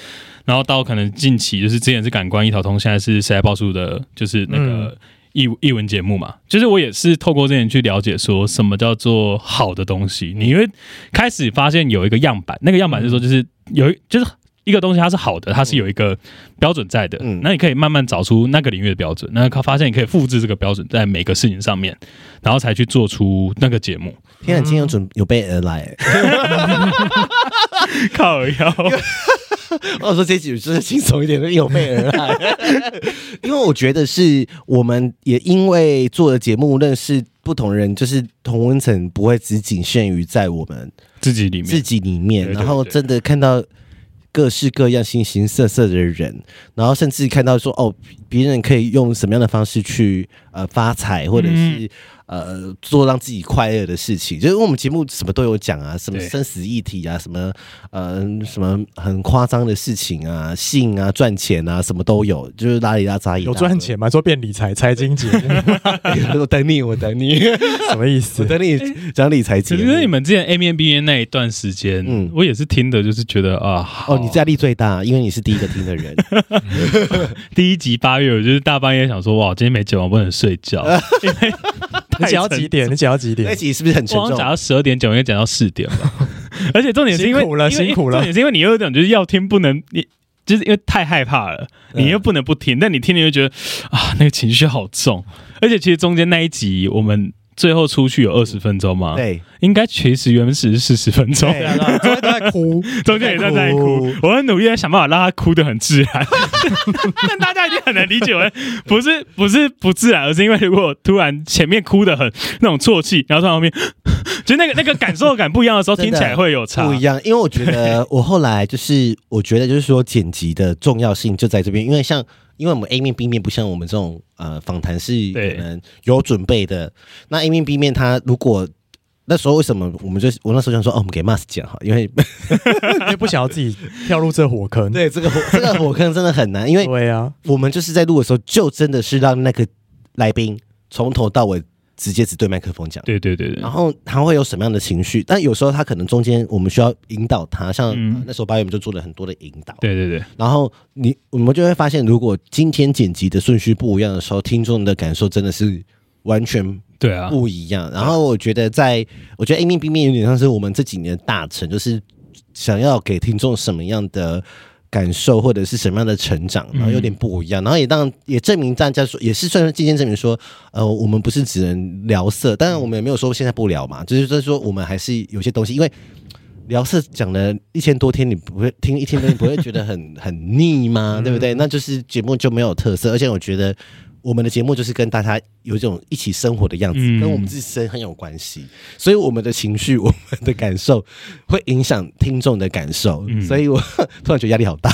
[SPEAKER 3] 然后到可能近期就是之前是感官一条通，现在是谁来报数的，就是那个译译文节目嘛，就是我也是透过这点去了解说什么叫做好的东西，你会开始发现有一个样板，那个样板是说就是有一就是。一个东西它是好的，它是有一个标准在的，
[SPEAKER 2] 嗯
[SPEAKER 3] 那你可以慢慢找出那个领域的标准，那他发现你可以复制这个标准在每个事情上面，然后才去做出那个节目。
[SPEAKER 2] 天啊，今天有
[SPEAKER 1] 嗯
[SPEAKER 2] 准有备而来。
[SPEAKER 3] 靠腰，
[SPEAKER 2] 我说这集就是轻松一点，有备而来。 因为我觉得是我们也因为做了节目，认识不同人，就是同温层不会只仅限于在我们
[SPEAKER 3] 自己里
[SPEAKER 2] 自
[SPEAKER 3] 面，
[SPEAKER 2] 己里面，
[SPEAKER 3] 对对
[SPEAKER 2] 然后真的看到。各式各样、形形色色的人，然后甚至看到说哦，别人可以用什么样的方式去呃发财，或者
[SPEAKER 3] 嗯
[SPEAKER 2] 是、呃做让自己快乐的事情。就是因为我们节目什么都有讲啊，什么
[SPEAKER 3] 对
[SPEAKER 2] 生死议题啊，什么呃什么很夸张的事情啊，性啊，赚钱啊，什么都有，就是拉里拉杂一大
[SPEAKER 1] 有
[SPEAKER 2] 堆
[SPEAKER 1] 赚，钱吗？说变理财财经节目
[SPEAKER 2] 我等你，我等 你，
[SPEAKER 1] 什么意
[SPEAKER 2] 我
[SPEAKER 1] 思？
[SPEAKER 2] 等你讲理财节
[SPEAKER 3] 其
[SPEAKER 2] 目。
[SPEAKER 3] 实你们之前 A 面 B 面那一段时间，
[SPEAKER 2] 嗯
[SPEAKER 3] 我也是听的，就是觉得啊，好
[SPEAKER 2] 哦，你压力最大，因为你是第一个听的 人。
[SPEAKER 3] 第一集八月，我就是大半夜想说，哇，我今天没剪完，不能睡觉，因为
[SPEAKER 1] 你讲到几点？你讲到几
[SPEAKER 2] 那
[SPEAKER 1] 点？
[SPEAKER 2] 集是不是很沉
[SPEAKER 3] 我好像
[SPEAKER 2] 重
[SPEAKER 3] 讲？到十二点九，应该讲到四点吧。而且重点是因为
[SPEAKER 1] 辛苦了
[SPEAKER 3] 因为
[SPEAKER 1] 辛苦了
[SPEAKER 3] 重点是因为你有一种就是要听不能你。就是因为太害怕了，你又不能不听，但你听了又觉得啊，那个情绪好重。而且其实中间那一集我们最后出去有二十分钟嘛，，
[SPEAKER 2] 对，
[SPEAKER 3] 应该其实原本只是四十分 钟，
[SPEAKER 2] 对
[SPEAKER 1] 昨天都在哭，
[SPEAKER 3] 中间也在在哭
[SPEAKER 2] 在，
[SPEAKER 3] 我很努力在想办法让他哭得很自然，但大家已经很难理解我，不是不是不自然，而是因为如果突然前面哭得很那种啜泣，然后突然后面就那个那个感受感不一样的时候，
[SPEAKER 2] 真
[SPEAKER 3] 听
[SPEAKER 2] 的
[SPEAKER 3] 起来会有差
[SPEAKER 2] 不。一样，因为我觉得我后来就是，我觉得就是说剪辑的重要性就在这边，因为像因为我们 A 面 B 面不像我们这种呃访谈是
[SPEAKER 3] 对
[SPEAKER 2] 可能有准备的，那 A 面 B 面它如果那时候为什么我们就我那时候想说哦，我们给 Mas 讲哈，因为
[SPEAKER 1] 因为不想要自己跳入这火坑。
[SPEAKER 2] 对这个火这个火坑真的很难，因为
[SPEAKER 1] 对啊，
[SPEAKER 2] 我们就是在录的时候就真的是让那个来宾从头到尾直接只对麦克风讲。
[SPEAKER 3] 对对对对
[SPEAKER 2] 然，后他会有什么样的情绪？但有时候他可能中间我们需要引导他，像、
[SPEAKER 3] 嗯
[SPEAKER 2] 呃那时候八月我们就做了很多的引导。
[SPEAKER 3] 对对对，
[SPEAKER 2] 然后你我们就会发现，如果今天剪辑的顺序不一样的时候，听众的感受真的是完全
[SPEAKER 3] 对啊，
[SPEAKER 2] 不一样。然后我觉得在，我觉得 A 面 B 面有点像是我们这几年的大成，就是想要给听众什么样的。感受或者是什么样的成长，然后有点不一样，然后也让也证明大家说，也是算是今天证明说，呃，我们不是只能聊色，当然我们也没有说现在不聊嘛，就是说我们还是有些东西，因为聊色讲了一千多天，你不会听一千多天，你不会觉得很 很腻吗？
[SPEAKER 3] 嗯
[SPEAKER 2] 对不对？那就是节目就没有特色，而且我觉得我们的节目就是跟大家有一种一起生活的样子，
[SPEAKER 3] 嗯
[SPEAKER 2] 跟我们自身很有关系，所以我们的情绪、我们的感受会影响听众的感受，
[SPEAKER 3] 嗯
[SPEAKER 2] 所以我 突然觉得压力好大。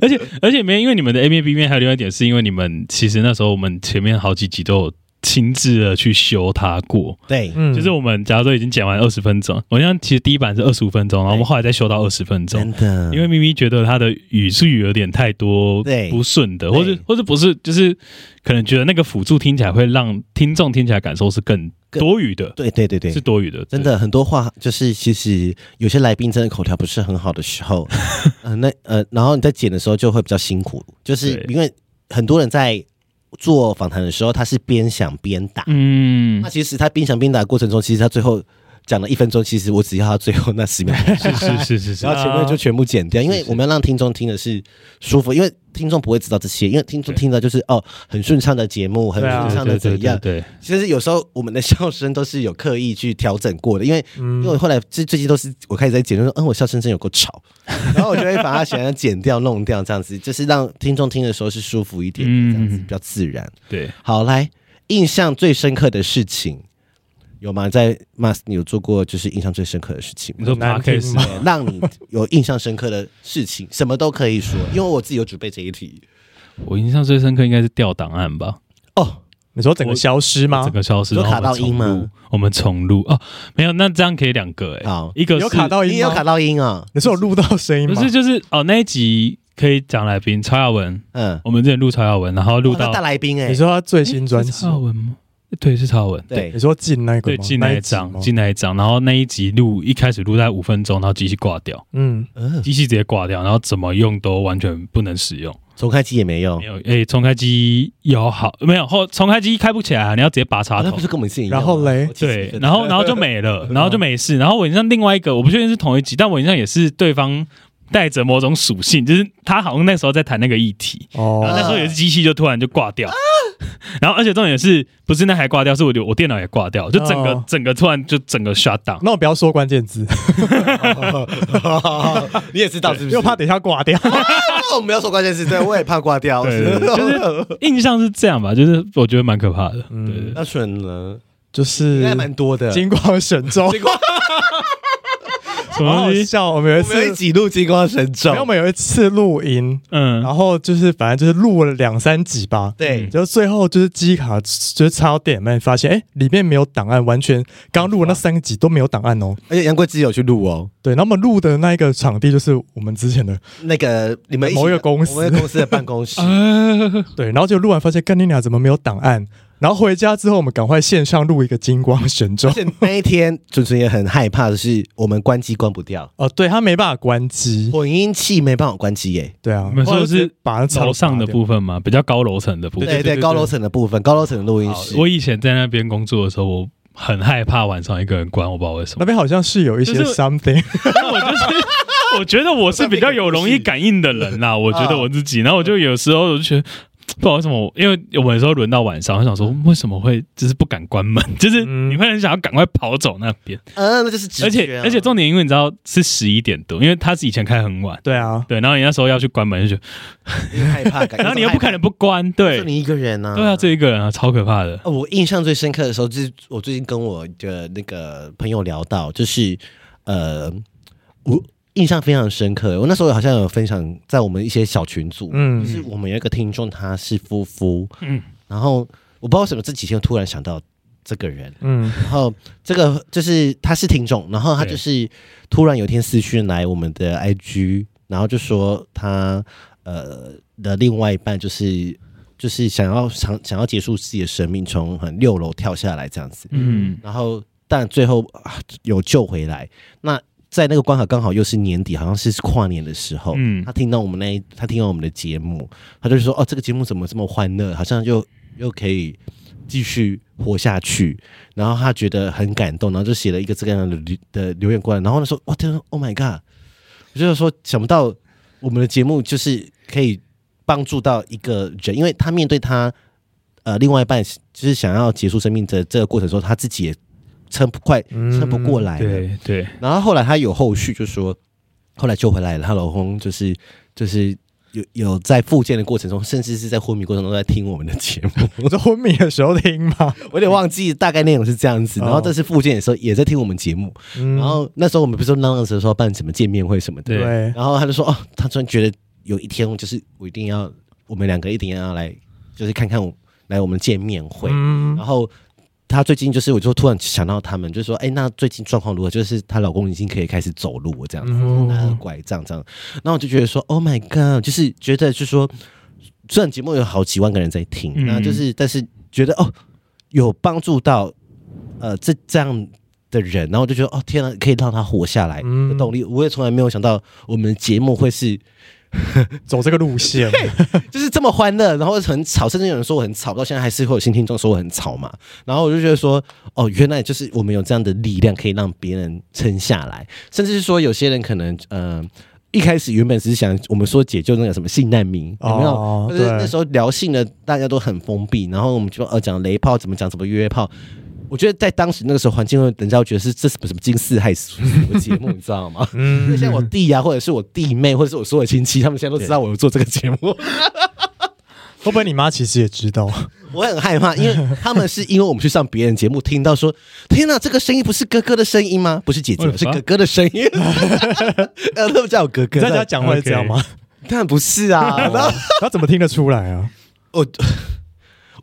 [SPEAKER 3] 而且而且没因为你们的 A 面 B 面还有另外一点，是因为你们其实那时候我们前面好几集都有亲自的去修它过，
[SPEAKER 2] 对，
[SPEAKER 1] 嗯，
[SPEAKER 3] 就是我们假如说已经剪完二十分钟，我像其实第一版是二十五分钟，然后我们后来再修到二十分
[SPEAKER 2] 真，
[SPEAKER 3] 钟
[SPEAKER 2] 的，
[SPEAKER 3] 因为咪咪觉得他的语速有点太多
[SPEAKER 2] 嗯对
[SPEAKER 3] 不顺的，或者
[SPEAKER 2] 对
[SPEAKER 3] 或者不是，就是可能觉得那个辅助听起来会让听众听起来感受是更
[SPEAKER 2] 更
[SPEAKER 3] 多余的，
[SPEAKER 2] 对对对对
[SPEAKER 3] 是，多余的，
[SPEAKER 2] 真的很多话，就是其实有些来宾真的口条不是很好的时 候，呃，那呃，然后你在剪的时候就会比较辛苦，就是
[SPEAKER 3] 对
[SPEAKER 2] 因为很多人在做访谈的时候，他是边想边打，
[SPEAKER 3] 对。嗯
[SPEAKER 2] 那，其实他边想边打的过程中，其实他最后讲了一分钟，其实我只要他最后那十秒钟，
[SPEAKER 3] 是是是 是是啊
[SPEAKER 2] 然，后前面就全部剪掉，因为我们要让听众听的是舒服，因为听众不会知道这些，因为听众听的就是哦很顺畅的节目，很
[SPEAKER 1] 对啊
[SPEAKER 2] 顺畅的
[SPEAKER 3] 对对
[SPEAKER 2] 怎样
[SPEAKER 3] 对，对，
[SPEAKER 2] 其实有时候我们的笑声都是有刻意去调整过的，因为、因为我后来最最近都是我开始在剪，就说嗯我笑声真有够吵，然后我就会把它想要剪掉、弄掉这样子，就是让听众听的时候是舒服一点，
[SPEAKER 3] 嗯
[SPEAKER 2] 这样子比较自然。
[SPEAKER 3] 对对
[SPEAKER 2] 好，来印象最深刻的事情有吗？在 Mas 你有做过就是印象最深刻的事情
[SPEAKER 3] 你
[SPEAKER 2] 吗？
[SPEAKER 3] 说
[SPEAKER 1] 很难
[SPEAKER 3] podcast
[SPEAKER 1] 听吗
[SPEAKER 3] 吗
[SPEAKER 2] 对让你有印象深刻的事情，什么都可以说，因为我自己有准备这一题
[SPEAKER 3] 我印象最深刻应该是调档案吧，
[SPEAKER 2] 哦。
[SPEAKER 1] 你说整个消失吗
[SPEAKER 3] 整？个消失，
[SPEAKER 2] 你说
[SPEAKER 3] 然后
[SPEAKER 2] 啊卡到音吗
[SPEAKER 3] 我们重录？我们重录哦，没有，那这样可以两个哎，
[SPEAKER 2] 好，
[SPEAKER 3] 一个
[SPEAKER 1] 哦有
[SPEAKER 3] 是
[SPEAKER 1] 卡到
[SPEAKER 2] 你
[SPEAKER 1] 音
[SPEAKER 2] 有卡
[SPEAKER 1] 吗？
[SPEAKER 2] 到音啊、
[SPEAKER 1] 你是有录到声音
[SPEAKER 3] 不
[SPEAKER 1] 吗？
[SPEAKER 3] 是就是哦那一集可以讲来宾曹雅文，
[SPEAKER 2] 嗯，
[SPEAKER 3] 我们之前录曹雅文，然后录
[SPEAKER 2] 哇那
[SPEAKER 3] 到
[SPEAKER 2] 大来宾哎、
[SPEAKER 1] 你说他最
[SPEAKER 3] 诶
[SPEAKER 1] 新专
[SPEAKER 3] 是
[SPEAKER 1] 辑
[SPEAKER 3] 曹，雅文吗？对，是曹雅文，
[SPEAKER 2] 对
[SPEAKER 1] 你，说进那个
[SPEAKER 3] 对，
[SPEAKER 1] 吗？
[SPEAKER 3] 进那一
[SPEAKER 1] 集
[SPEAKER 3] 张，
[SPEAKER 1] 吗
[SPEAKER 3] 进那一张，然后那一集录一开始录在五分钟，然后机器挂掉，
[SPEAKER 1] 嗯，
[SPEAKER 2] 嗯，
[SPEAKER 3] 机器直接挂掉，然后怎么用都完全不能使用，
[SPEAKER 2] 重开机也没用
[SPEAKER 3] 没，有，
[SPEAKER 1] 哦
[SPEAKER 3] 诶，重开机有好没有后重开机开不起来啊，你要直接拔 插
[SPEAKER 2] 啊那
[SPEAKER 3] 头
[SPEAKER 2] 不。是跟我们之前一样
[SPEAKER 1] 然
[SPEAKER 2] 吗？
[SPEAKER 1] 后嘞
[SPEAKER 2] 我，其实
[SPEAKER 3] 对
[SPEAKER 2] 觉，得
[SPEAKER 3] 然后然后就 没了，
[SPEAKER 1] 嗯
[SPEAKER 3] 然后就没事。然后我印象另外一个，我不确定是同一集，但我印象也是对方带着某种属性，就是他好像那时候在谈那个议题，然后
[SPEAKER 1] 哦
[SPEAKER 3] 那时候有一只机器就突然就挂掉，然后而且重点是不是那台挂掉，是我的我电脑也挂掉，就整个、
[SPEAKER 1] 哦
[SPEAKER 3] 整个突然就整个 shut down。
[SPEAKER 1] 那我不要说关键字，
[SPEAKER 2] 你也知道是不
[SPEAKER 1] 因为
[SPEAKER 2] 是？
[SPEAKER 1] 我怕等一下挂 掉。
[SPEAKER 2] 那我们要说关键字，对我也怕挂掉。
[SPEAKER 3] 对对对就是印象是这样吧，就是我觉得蛮可怕的。
[SPEAKER 1] 嗯
[SPEAKER 3] 对对对
[SPEAKER 2] 那选了，
[SPEAKER 1] 就
[SPEAKER 2] 应
[SPEAKER 1] 是
[SPEAKER 2] 该蛮多的。
[SPEAKER 1] 金光神州，
[SPEAKER 2] 结果
[SPEAKER 3] 什么
[SPEAKER 1] 好好
[SPEAKER 3] 东西？
[SPEAKER 1] 笑。我们有一
[SPEAKER 2] 我们有
[SPEAKER 1] 次
[SPEAKER 2] 一，集录金光神
[SPEAKER 1] 然后我
[SPEAKER 2] 咒，
[SPEAKER 1] 们有一次录音，
[SPEAKER 3] 嗯，
[SPEAKER 1] 然后就是反正就是录了两三集吧。
[SPEAKER 2] 对，
[SPEAKER 1] 就最后就是机卡就是插到电里面，发现哎、里面没有档案，完全刚录的那三个集都没有档案哦。
[SPEAKER 2] 而且杨贵自己有去录哦。
[SPEAKER 1] 对，那么录的那一个场地就是我们之前的，
[SPEAKER 2] 那个你们起
[SPEAKER 1] 某一个公司
[SPEAKER 2] 某一个公司的办公室，
[SPEAKER 3] 呃，
[SPEAKER 1] 对，然后就录完发现干你俩怎么没有档案，然后回家之后我们赶快线上录一个金光神咒
[SPEAKER 2] 而，且那一天纯纯也很害怕的是，我们关机关不掉，
[SPEAKER 1] 哦，对，他没办法关机，
[SPEAKER 2] 混音器没办法关机耶。
[SPEAKER 1] 对啊，
[SPEAKER 3] 你们说的
[SPEAKER 1] 或者
[SPEAKER 3] 是
[SPEAKER 1] 把它
[SPEAKER 3] 楼上的
[SPEAKER 1] 不
[SPEAKER 3] 部分嘛，比较高楼层的部分。
[SPEAKER 2] 对
[SPEAKER 1] 对
[SPEAKER 2] 对，
[SPEAKER 1] 对
[SPEAKER 2] 高楼层的部分，高楼层的录音
[SPEAKER 3] 好
[SPEAKER 2] 室，
[SPEAKER 3] 我以前在那边工作的时候，我很害怕晚上一个人关，我不知道为什么
[SPEAKER 1] 那。边好像是有一些
[SPEAKER 3] 就 是
[SPEAKER 1] something，
[SPEAKER 3] 那我就是，我觉得我是比较有容易感应的人啦。我觉得我自己，然后我就有时候我就觉得。不知道为什么我，因为我有时候轮到晚上，我想说为什么会就是不敢关门， 就是
[SPEAKER 1] 嗯
[SPEAKER 3] 你会很想要赶快跑走那边，
[SPEAKER 2] 嗯，那就是直
[SPEAKER 3] 而
[SPEAKER 2] 觉
[SPEAKER 3] 且
[SPEAKER 2] 啊
[SPEAKER 3] 而且重点，因为你知道是十一点多，因为他是以前开很晚，
[SPEAKER 1] 对啊，
[SPEAKER 3] 对，然后你那时候要去关门就觉得，
[SPEAKER 2] 因为害怕感，
[SPEAKER 3] 然后你又不可能不关，
[SPEAKER 2] 对，
[SPEAKER 3] 对
[SPEAKER 2] 就，你一个人啊，
[SPEAKER 3] 对啊，这一个人啊，超可怕的，
[SPEAKER 2] 呃，我印象最深刻的时候，就是我最近跟我的那个朋友聊到，就是呃，我印象非常深刻。我那时候好像有分享在我们一些小群组，
[SPEAKER 1] 嗯
[SPEAKER 2] 就是我们有一个听众他是夫妇，
[SPEAKER 3] 嗯，
[SPEAKER 2] 然后我不知道为什么这几天突然想到这个人，
[SPEAKER 1] 嗯
[SPEAKER 2] 然后这个就是他是听众，然后他就是突然有一天私讯来我们的 IG，然后就说他呃的另外一半就是就是想要想想要结束自己的生命，从很六楼跳下来这样子，
[SPEAKER 3] 嗯，
[SPEAKER 2] 然后但最后、啊有救回来。那在那个关卡刚好又是年底，好像是跨年的时候，
[SPEAKER 3] 嗯
[SPEAKER 2] 他听到我们那一他听到我们的节目，他就说哦，这个节目怎么这么欢乐，好像又又可以继续活下去，然后他觉得很感动，然后就写了一个这个样的留的留言过来，然后他说哇天啊，Oh my god！我就是说想不到我们的节目就是可以帮助到一个人，因为他面对他呃另外一半就是想要结束生命的这个过程中，他自己也撑不快
[SPEAKER 1] 嗯
[SPEAKER 2] 撑不 过来了，
[SPEAKER 3] 对 对，
[SPEAKER 2] 然后后来她有后续，就说后来救回来了，她老公就是就是有有在复健的过程中，甚至是在昏迷过程中都在听我们的节目，
[SPEAKER 1] 我在昏迷的时候听嘛，
[SPEAKER 2] 我有点忘记大概内容是这样子。
[SPEAKER 1] 哦
[SPEAKER 2] 然后这次复健的时候也在听我们节目，
[SPEAKER 1] 嗯
[SPEAKER 2] 然后那时候我们不是嚷嚷着说办什么见面会什么的，
[SPEAKER 3] 对
[SPEAKER 1] 对，
[SPEAKER 2] 然后她就说哦，她突然觉得有一天就是我一定要，我们两个一定要来，就是看看我来我们见面会，
[SPEAKER 1] 嗯
[SPEAKER 2] 然后她最近就是，我就突然想到他们，就说，哎、那最近状况如何？就是她老公已经可以开始走路了这样子，
[SPEAKER 1] 嗯
[SPEAKER 2] 拿着拐杖这样。然后我就觉得说，Oh my god，就是觉得就是说，虽然节目有好几万个人在听，
[SPEAKER 3] 嗯
[SPEAKER 2] 那就是但是觉得哦，有帮助到呃这这样的人，然后我就觉得哦天啊，可以让他活下来的
[SPEAKER 1] 嗯
[SPEAKER 2] 动力。我也从来没有想到我们的节目会是
[SPEAKER 1] 走这个路线，
[SPEAKER 2] 就是这么欢乐，然后很吵，甚至有人说我很吵，到现在还是会有新听众说我很吵嘛。然后我就觉得说，哦，原来就是我们有这样的力量可以让别人撑下来，甚至是说有些人可能，呃，一开始原本只是想我们说解救那个什么性难民，有没有？
[SPEAKER 1] 哦
[SPEAKER 2] 就是
[SPEAKER 1] 对
[SPEAKER 2] 那时候聊性的大家都很封闭，然后我们就呃讲雷炮怎么讲，怎么约炮。我觉得在当时那个时候环境会，人家会觉得是这是什么什么惊世骇俗的节目，你知道吗？
[SPEAKER 1] 嗯
[SPEAKER 2] 那像我弟啊呀、或者是我弟妹，或者是我所有亲戚，他们现在都知道我有做这个节目。
[SPEAKER 1] 会不会你妈其实也知道？
[SPEAKER 2] 我很害怕，因为他们是因为我们去上别人节目，听到说，天哪，这个声音不是哥哥的声音吗？不是姐姐，
[SPEAKER 3] 我的妈
[SPEAKER 2] 是哥哥的声音。 呃，他们叫我哥哥，
[SPEAKER 1] 你在家讲话是这样吗？
[SPEAKER 2] 当然不是啊。 然后
[SPEAKER 1] 她怎么听得出来啊？
[SPEAKER 2] 我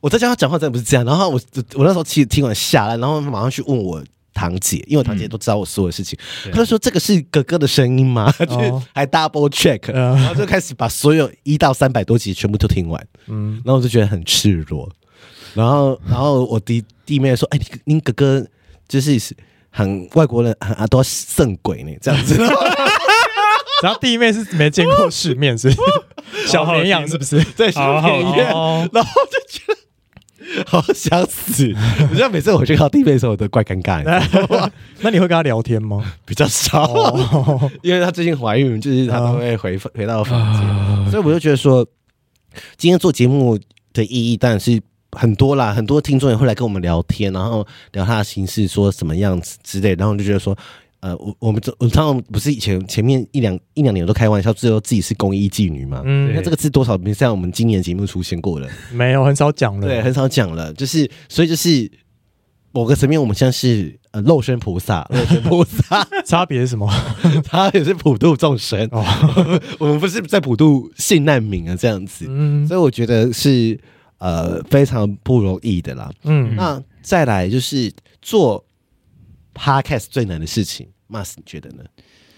[SPEAKER 2] 我在家讲话真的不是这样。然后我我那时候听听完下来，然后马上去问我堂姐，因为我堂姐都知道我所有的事情，
[SPEAKER 3] 对
[SPEAKER 2] 她就说这个是哥哥的声音吗？就是
[SPEAKER 1] 哦
[SPEAKER 2] 还 double check，、
[SPEAKER 1] 嗯
[SPEAKER 2] 然后就开始把所有一到三百多集全部都听完。
[SPEAKER 1] 嗯，
[SPEAKER 2] 然后我就觉得很赤裸。然后，然后我弟弟妹说：“哎、你你哥哥就是很外国人，很啊都圣鬼呢，这 样子。
[SPEAKER 1] 然后弟妹是没见过世面，是不是 小绵羊是不是？
[SPEAKER 2] 对，
[SPEAKER 3] 好好
[SPEAKER 2] 便宜
[SPEAKER 3] 听
[SPEAKER 1] 哦，
[SPEAKER 2] 然后就觉得好想死。我觉得每次我去看我弟妹的时候，我都怪尴尬，你知道吗
[SPEAKER 1] 那你会跟她聊天吗？
[SPEAKER 2] 比较少，
[SPEAKER 1] 哦，
[SPEAKER 2] 因为她最近怀孕，就是她都会回、回到房间。
[SPEAKER 3] 啊
[SPEAKER 2] 所以我就觉得说，今天做节目的意义当然是很多啦，很多听众也会来跟我们聊天，然后聊他的形式，说什么样子之类，然后我就觉得说。呃，我我们这我当然不是以前前面一两一两年我都开玩笑，最后自己是公益妓女嘛。
[SPEAKER 1] 嗯
[SPEAKER 2] 那这个字多少没在我们今年的节目出现过了，
[SPEAKER 1] 没有，很少讲了。
[SPEAKER 2] 对，很少讲了。就是所以就是某个层面，我们像是呃肉身菩萨，肉身菩 萨，
[SPEAKER 1] 差别是什么？
[SPEAKER 2] 他也是普度众生。 我们不是在普度性难民啊，这样子。
[SPEAKER 1] 嗯
[SPEAKER 2] 所以我觉得是呃非常不容易的啦。
[SPEAKER 1] 嗯，
[SPEAKER 2] 那再来就是做 podcast 最难的事情，Mas 你觉得呢？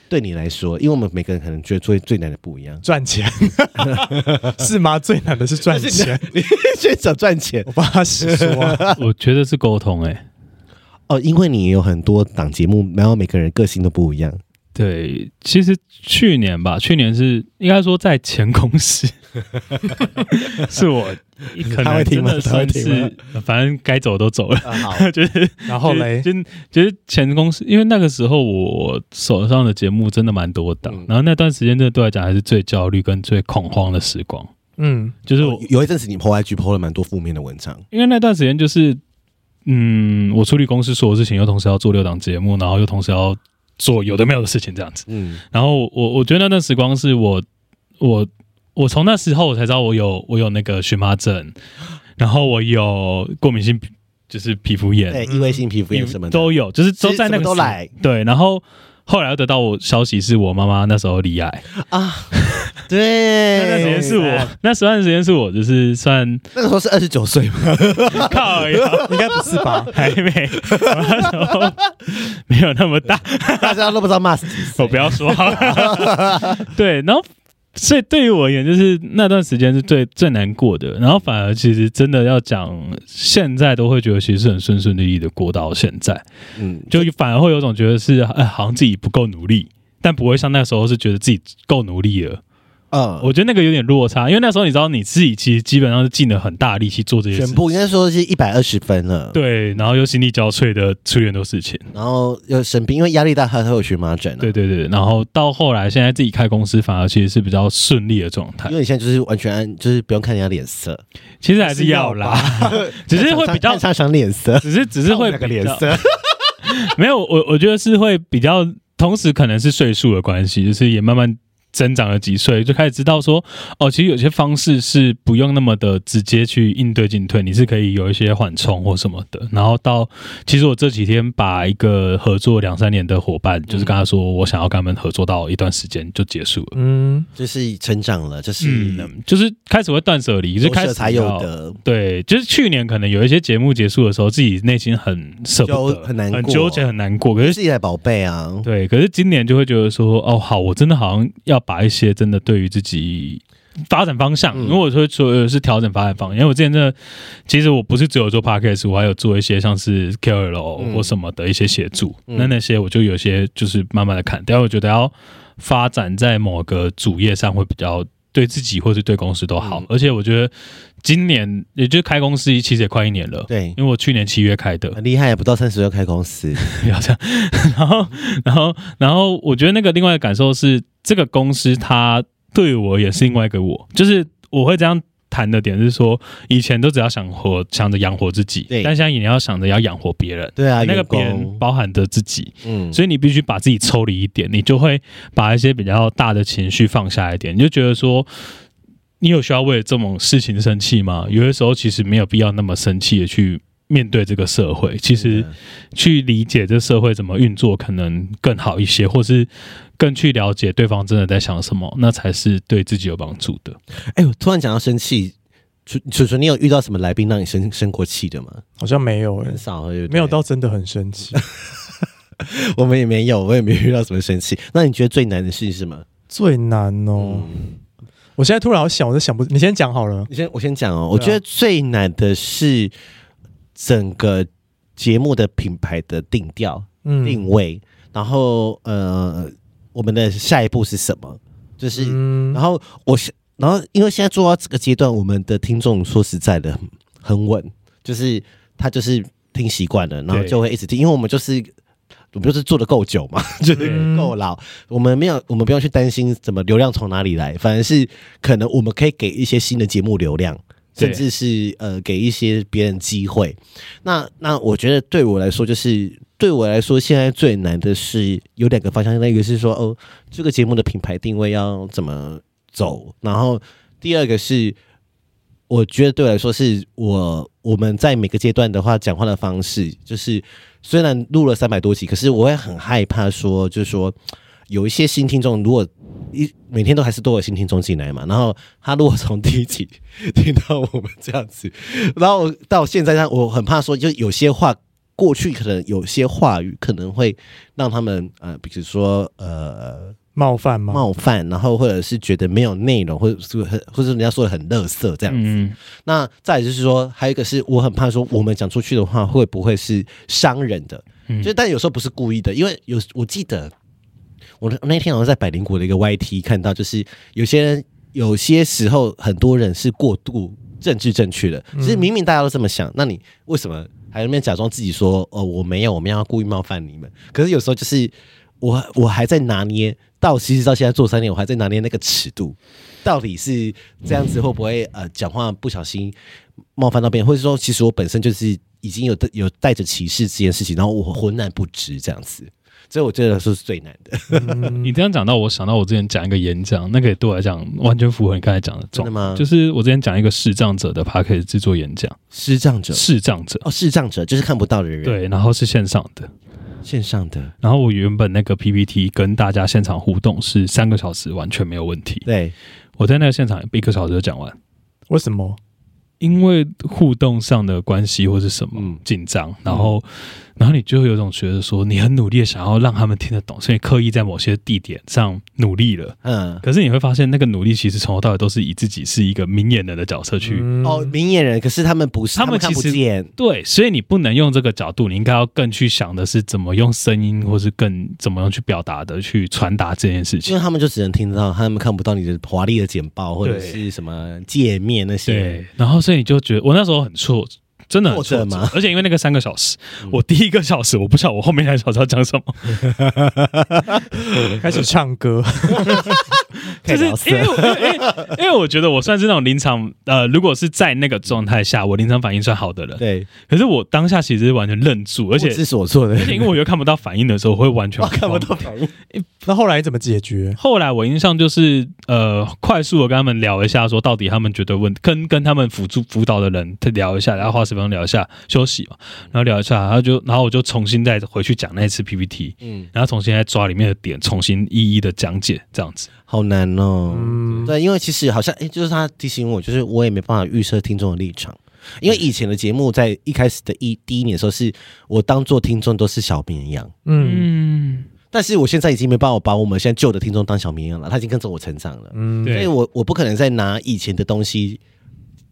[SPEAKER 2] 对你来说，因为我们每个人可能觉得最最难的不 一样。
[SPEAKER 1] 赚 钱是吗？最难的是赚钱，
[SPEAKER 2] 你去想赚钱
[SPEAKER 1] 我帮他实说 啊。
[SPEAKER 3] 我觉得是沟通哎、
[SPEAKER 2] 哦，因为你有很多档节目，然后每个人个性都不一样。
[SPEAKER 3] 对，其实去年吧，去年是应该说在前 公司，是我可
[SPEAKER 2] 他会
[SPEAKER 3] 能
[SPEAKER 2] 听
[SPEAKER 3] 真
[SPEAKER 2] 吗
[SPEAKER 3] 的
[SPEAKER 2] 他会
[SPEAKER 3] 算
[SPEAKER 2] 听吗
[SPEAKER 3] 是，反正该走都走了，
[SPEAKER 2] 啊、 好，
[SPEAKER 3] 就是
[SPEAKER 1] 然后嘞，
[SPEAKER 3] 就就是前公司，因为那个时候我手上的节目真的蛮多档，
[SPEAKER 2] 嗯
[SPEAKER 3] 然后那段时间真的对我来讲还是最焦虑跟最恐慌的时光，
[SPEAKER 1] 嗯
[SPEAKER 3] 就是我、
[SPEAKER 2] 有一阵子你 PO IG PO 了蛮多负面的文章，
[SPEAKER 3] 因为那段时间就是，嗯，我处理公司所有事情，又同时要做六档节目，然后又同时要做有的没有的事情这样子。
[SPEAKER 2] 嗯，
[SPEAKER 3] 然后我我觉得那段时光是我我我从那时候我才知道我有我有那个荨麻疹，然后我有过敏性皮就是皮肤炎，
[SPEAKER 2] 对，异位哎性皮肤
[SPEAKER 3] 皮
[SPEAKER 2] 炎
[SPEAKER 3] 肤
[SPEAKER 2] 什么的
[SPEAKER 3] 都有，就是
[SPEAKER 2] 其
[SPEAKER 3] 都
[SPEAKER 2] 实
[SPEAKER 3] 在那
[SPEAKER 2] 什
[SPEAKER 3] 个
[SPEAKER 2] 么都
[SPEAKER 3] 时候
[SPEAKER 2] 来
[SPEAKER 3] 对，然后。后来又得到我消息，是我妈妈那时候离癌。
[SPEAKER 2] 啊，
[SPEAKER 3] 那段时
[SPEAKER 2] 对，
[SPEAKER 3] 间是我，那时段时间是我，就是算
[SPEAKER 2] 那个时候是二十九岁 嘛，
[SPEAKER 3] 靠而已啊，
[SPEAKER 1] 应该不是吧？
[SPEAKER 3] 还没，我那时候没有那么大，
[SPEAKER 2] 大家都不知道 Mas 几岁
[SPEAKER 3] 我哦不要说好了。对，然后所以对于我而言，就是那段时间是最最难过的。然后反而其实真的要讲，现在都会觉得其实是很顺顺利利的过到现在，
[SPEAKER 2] 嗯，
[SPEAKER 3] 就反而会有种觉得是哎，好像自己不够努力。但不会像那时候是觉得自己够努力了，
[SPEAKER 2] 嗯，
[SPEAKER 3] 我觉得那个有点落差，因为那时候你知道你自己其实基本上是尽了很大力气做这些事
[SPEAKER 2] 全
[SPEAKER 3] 情，
[SPEAKER 2] 部应该说是一百二十分了，，
[SPEAKER 3] 对，然后又心力交瘁的处理很多事情，
[SPEAKER 2] 然后又生病，因为压力大，还会有荨麻疹、啊，
[SPEAKER 3] 对，对对，然后到后来现在自己开公司，反而其实是比较顺利的状态
[SPEAKER 2] 因。为你现在就是完全按，就是不用看人家脸色，
[SPEAKER 3] 其实还是要啦， 只是会比较
[SPEAKER 2] 看，上上脸 色，
[SPEAKER 3] 只是只是 会
[SPEAKER 2] 看我们两个
[SPEAKER 3] 比
[SPEAKER 2] 脸
[SPEAKER 3] 较
[SPEAKER 2] 色，
[SPEAKER 3] 没有我我觉得是会比较，同时可能是岁数的关系，就是也慢慢增长了几岁，就开始知道说哦，其实有些方式是不用那么的直接去应对进退，你是可以有一些缓冲或什么的。然后到其实我这几天把一个合作两三年的伙伴，就是跟他说我想要跟他们合作到一段时间就结束了。
[SPEAKER 1] 嗯，
[SPEAKER 2] 就是成长了，就是
[SPEAKER 3] 嗯，就是开始会断舍离，就
[SPEAKER 2] 有
[SPEAKER 3] 开
[SPEAKER 2] 舍
[SPEAKER 3] 始
[SPEAKER 2] 才有
[SPEAKER 3] 要
[SPEAKER 2] 得，
[SPEAKER 3] 对，就是去年可能有一些节目结束的时候，自己内心很舍不
[SPEAKER 2] 就
[SPEAKER 3] 得、
[SPEAKER 2] 很难过
[SPEAKER 3] 很纠结、很难过。可
[SPEAKER 2] 就是
[SPEAKER 3] 是
[SPEAKER 2] 自己的宝贝啊，
[SPEAKER 3] 对，可是今年就会觉得说，哦，好，我真的好像要把一些真的对于自己发展方向，
[SPEAKER 2] 嗯
[SPEAKER 3] 因为我会说呃是调整发展方向。因为我之前真的，其实我不是只有做 podcast，我还有做一些像是 KOL
[SPEAKER 2] 嗯
[SPEAKER 3] 或什么的一些协助。
[SPEAKER 2] 嗯
[SPEAKER 3] 那那些我就有些就是慢慢的砍掉，我觉得要发展在某个主业上会比较。对自己或是对公司都好，
[SPEAKER 2] 嗯
[SPEAKER 3] 而且我觉得今年也就是开公司其实也快一年了，
[SPEAKER 2] 对，
[SPEAKER 3] 因为我去年七月开的，
[SPEAKER 2] 很厉害，不到三十就开公 司，
[SPEAKER 3] 不要这样。然后，然后，然后，我觉得那个另外的感受是，这个公司它对我也是另外一个我，就是我会这样谈的点是说，以前都只要想活，想着养活自己，
[SPEAKER 2] 对
[SPEAKER 3] 但现在也要想着要养活别人。
[SPEAKER 2] 对啊，
[SPEAKER 3] 那个
[SPEAKER 2] 员
[SPEAKER 3] 别
[SPEAKER 2] 工
[SPEAKER 3] 人包含着自己，
[SPEAKER 2] 嗯，
[SPEAKER 3] 所以你必须把自己抽离一点，你就会把一些比较大的情绪放下一点，你就觉得说，你有需要为了这种事情生气吗？有的时候其实没有必要那么生气的去面对这个社会，其
[SPEAKER 2] 真
[SPEAKER 3] 实
[SPEAKER 2] 的
[SPEAKER 3] 去理解这社会怎么运作，可能更好一些，或是更去了解对方真的在想什么，那才是对自己有帮助的。
[SPEAKER 2] 哎、我突然讲到生气，楚楚楚，你有遇到什么来宾让你生生过气的吗？
[SPEAKER 1] 好像没
[SPEAKER 3] 嗯
[SPEAKER 1] 有诶欸
[SPEAKER 2] 很，少，对不对
[SPEAKER 1] 没有到真的很生气。
[SPEAKER 2] 我们也没有，我也没遇到什么生气。那你觉得最难的事是什么？
[SPEAKER 1] 最难哦，我现在突然好想，我都想不，你先讲好了。
[SPEAKER 2] 你先，我先讲哦。
[SPEAKER 1] 对啊
[SPEAKER 2] 我觉得最难的是整个节目的品牌的定调、
[SPEAKER 1] 嗯
[SPEAKER 2] 定位，然后呃，我们的下一步是什么？就是，
[SPEAKER 1] 嗯
[SPEAKER 2] 然后我是，然后因为现在做到这个阶段，我们的听众说实在的很稳，就是他就是听习惯了，然后
[SPEAKER 3] 对
[SPEAKER 2] 就会一直听，因为我们就是。我们就是做的够久嘛， 就是
[SPEAKER 1] 嗯
[SPEAKER 2] 够老。我们没有，我们不用去担心怎么流量从哪里来，反而是可能我们可以给一些新的节目流量，
[SPEAKER 3] 对
[SPEAKER 2] 甚至是呃给一些别人机会。那那我觉得对我来说，就是对我来说，现在最难的是有两个方向，那一个是说哦，这个节目的品牌定位要怎么走，然后第二个是我觉得对我来说是我我们在每个阶段的话，讲话的方式，就是虽然录了三百多集，可是我会很害怕说，就是说有一些新听众，如果一每天都还是都有新听众进来嘛，然后他如果从第一集 听到我们这样子，然后到现在，他我很怕说，就有些话。过去可能有些话语可能会让他们呃，比如说呃
[SPEAKER 1] 冒犯吗？
[SPEAKER 2] 冒犯，然后或者是觉得没有内容，或者是很，或者人家说的很垃圾这样子。
[SPEAKER 3] 嗯，
[SPEAKER 2] 那再来就是说，还有一个是我很怕说，我们讲出去的话会不会是伤人的？
[SPEAKER 3] 嗯
[SPEAKER 2] 就但有时候不是故意的，因为有我记得我那那天好像在百灵谷的一个 YT 看到，就是有些人有些时候很多人是过度政治正确的，其实明明大家都这么想，那你为什么还在那边假装自己说哦我没有，我们要故意冒犯你们？可是有时候就是我我还在拿捏，到其实到现在做三年，我还在拿捏那个尺度，到底是这样子会不会呃讲话不小心冒犯到别人，或者说其实我本身就是已经有带有带着歧视这件事情，然后我浑然不知这样子，所以我觉得说是最难的，
[SPEAKER 1] 嗯
[SPEAKER 3] 你这样讲到，我想到我之前讲一个演讲，那个也对我来讲完全符合你刚才讲的
[SPEAKER 2] 真
[SPEAKER 3] 状
[SPEAKER 2] 的
[SPEAKER 3] 况。
[SPEAKER 2] 吗？
[SPEAKER 3] 就是我之前讲一个视障者的 p a c k a g 制作演讲，
[SPEAKER 2] 视障者
[SPEAKER 3] 视障者
[SPEAKER 2] 哦，视障者就是看不到的人，，
[SPEAKER 3] 对，然后是线上的，
[SPEAKER 2] 线上的，
[SPEAKER 3] 然后我原本那个 PPT 跟大家现场互动是三个小时，完全没有问题。
[SPEAKER 2] 对，
[SPEAKER 3] 我在那个现场一个小时就讲完，
[SPEAKER 1] 为什么？
[SPEAKER 3] 因为互动上的关系或是什么
[SPEAKER 2] 嗯
[SPEAKER 3] 紧张，然后然后你就会有种觉得说你很努力的想要让他们听得懂，所以刻意在某些地点上努力了。
[SPEAKER 2] 嗯，
[SPEAKER 3] 可是你会发现，那个努力其实从头到尾都是以自己是一个明眼人的角色去
[SPEAKER 1] 嗯
[SPEAKER 2] 哦，明眼人，可是他们不是，
[SPEAKER 3] 他
[SPEAKER 2] 他们
[SPEAKER 3] 们
[SPEAKER 2] 看不
[SPEAKER 3] 其实
[SPEAKER 2] 见，
[SPEAKER 3] 对，所以你不能用这个角度，你应该要更去想的是怎么用声音，或是更怎么样去表达的，去传达这件事
[SPEAKER 2] 因
[SPEAKER 3] 情
[SPEAKER 2] 为。他们就只能听到，他们看不到你的华丽的简报或者
[SPEAKER 3] 对
[SPEAKER 2] 是什么界面那些
[SPEAKER 3] 对，，然后所以你就觉得我那时候很挫折，真的很挫
[SPEAKER 2] 挫折
[SPEAKER 3] 折
[SPEAKER 2] 吗，嗯
[SPEAKER 3] 而且因为那个三个小时，我第一个小时我不晓得我后面两个小时要讲什么，
[SPEAKER 1] 开始唱 歌，
[SPEAKER 2] 可
[SPEAKER 3] 就
[SPEAKER 2] 以
[SPEAKER 3] 是
[SPEAKER 2] 聊色
[SPEAKER 3] 因为我 因为因为因为我觉得我算是那种临场呃，如果是在那个状态下，我临场反应算好的人，
[SPEAKER 2] 对，
[SPEAKER 3] 可是我当下其实是完全愣住，而且
[SPEAKER 2] 不知所措的
[SPEAKER 3] 而且因为我又看不到反应的时候，我会完全
[SPEAKER 2] 我看不
[SPEAKER 3] 慌
[SPEAKER 2] 到反应，
[SPEAKER 1] 那后来你怎么解决？
[SPEAKER 3] 后来我印象就是，呃，快速的跟他们聊一下，说到底他们觉得问跟跟他们辅助辅导的人他聊一下，然后花十分钟聊一下休息嘛，
[SPEAKER 2] 嗯
[SPEAKER 3] 然后聊一下，然后就然后我就重新再回去讲那一次 PPT，
[SPEAKER 2] 嗯，
[SPEAKER 3] 然后重新再抓里面的点，重新一一的讲解这样子。
[SPEAKER 2] 好难哦，
[SPEAKER 1] 嗯，
[SPEAKER 2] 对，因为其实好像，哎、就是他提醒我，就是我也没办法预设听众的立场，因为以前的节目在一开始的一第一年的时候是，我当做听众都是小绵羊，
[SPEAKER 1] 嗯
[SPEAKER 3] 嗯，
[SPEAKER 2] 但是我现在已经没办法把我们现在旧的听众当小绵羊了，他已经跟着我成长了，
[SPEAKER 1] 嗯，
[SPEAKER 2] 所以
[SPEAKER 3] 对，
[SPEAKER 2] 我我不可能再拿以前的东西，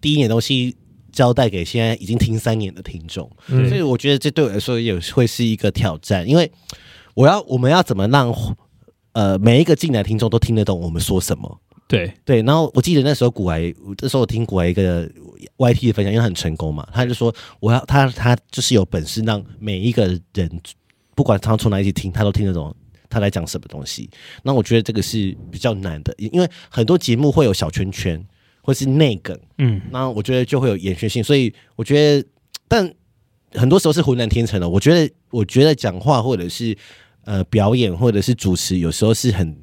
[SPEAKER 2] 第一年的东西交代给现在已经听三年的听众，
[SPEAKER 1] 嗯
[SPEAKER 2] 所以我觉得这对我来说也会是一个挑战，因为我要我们要怎么让呃每一个进来的听众都听得懂我们说什么。
[SPEAKER 3] 对，
[SPEAKER 2] 对，然后我记得那时候古埃，那时候我听古埃一个 YT 的分享，因为他很成功嘛，他就说我要他他就是有本事让每一个人，不管他从哪一起听，他都听得懂他在讲什么东西。那我觉得这个是比较难的，因因为很多节目会有小圈圈或是内梗，
[SPEAKER 3] 嗯，
[SPEAKER 2] 那我觉得就会有延续性，所以我觉得，但很多时候是浑然天成的。我觉得，我觉得讲话或者是呃表演或者是主持，有时候是很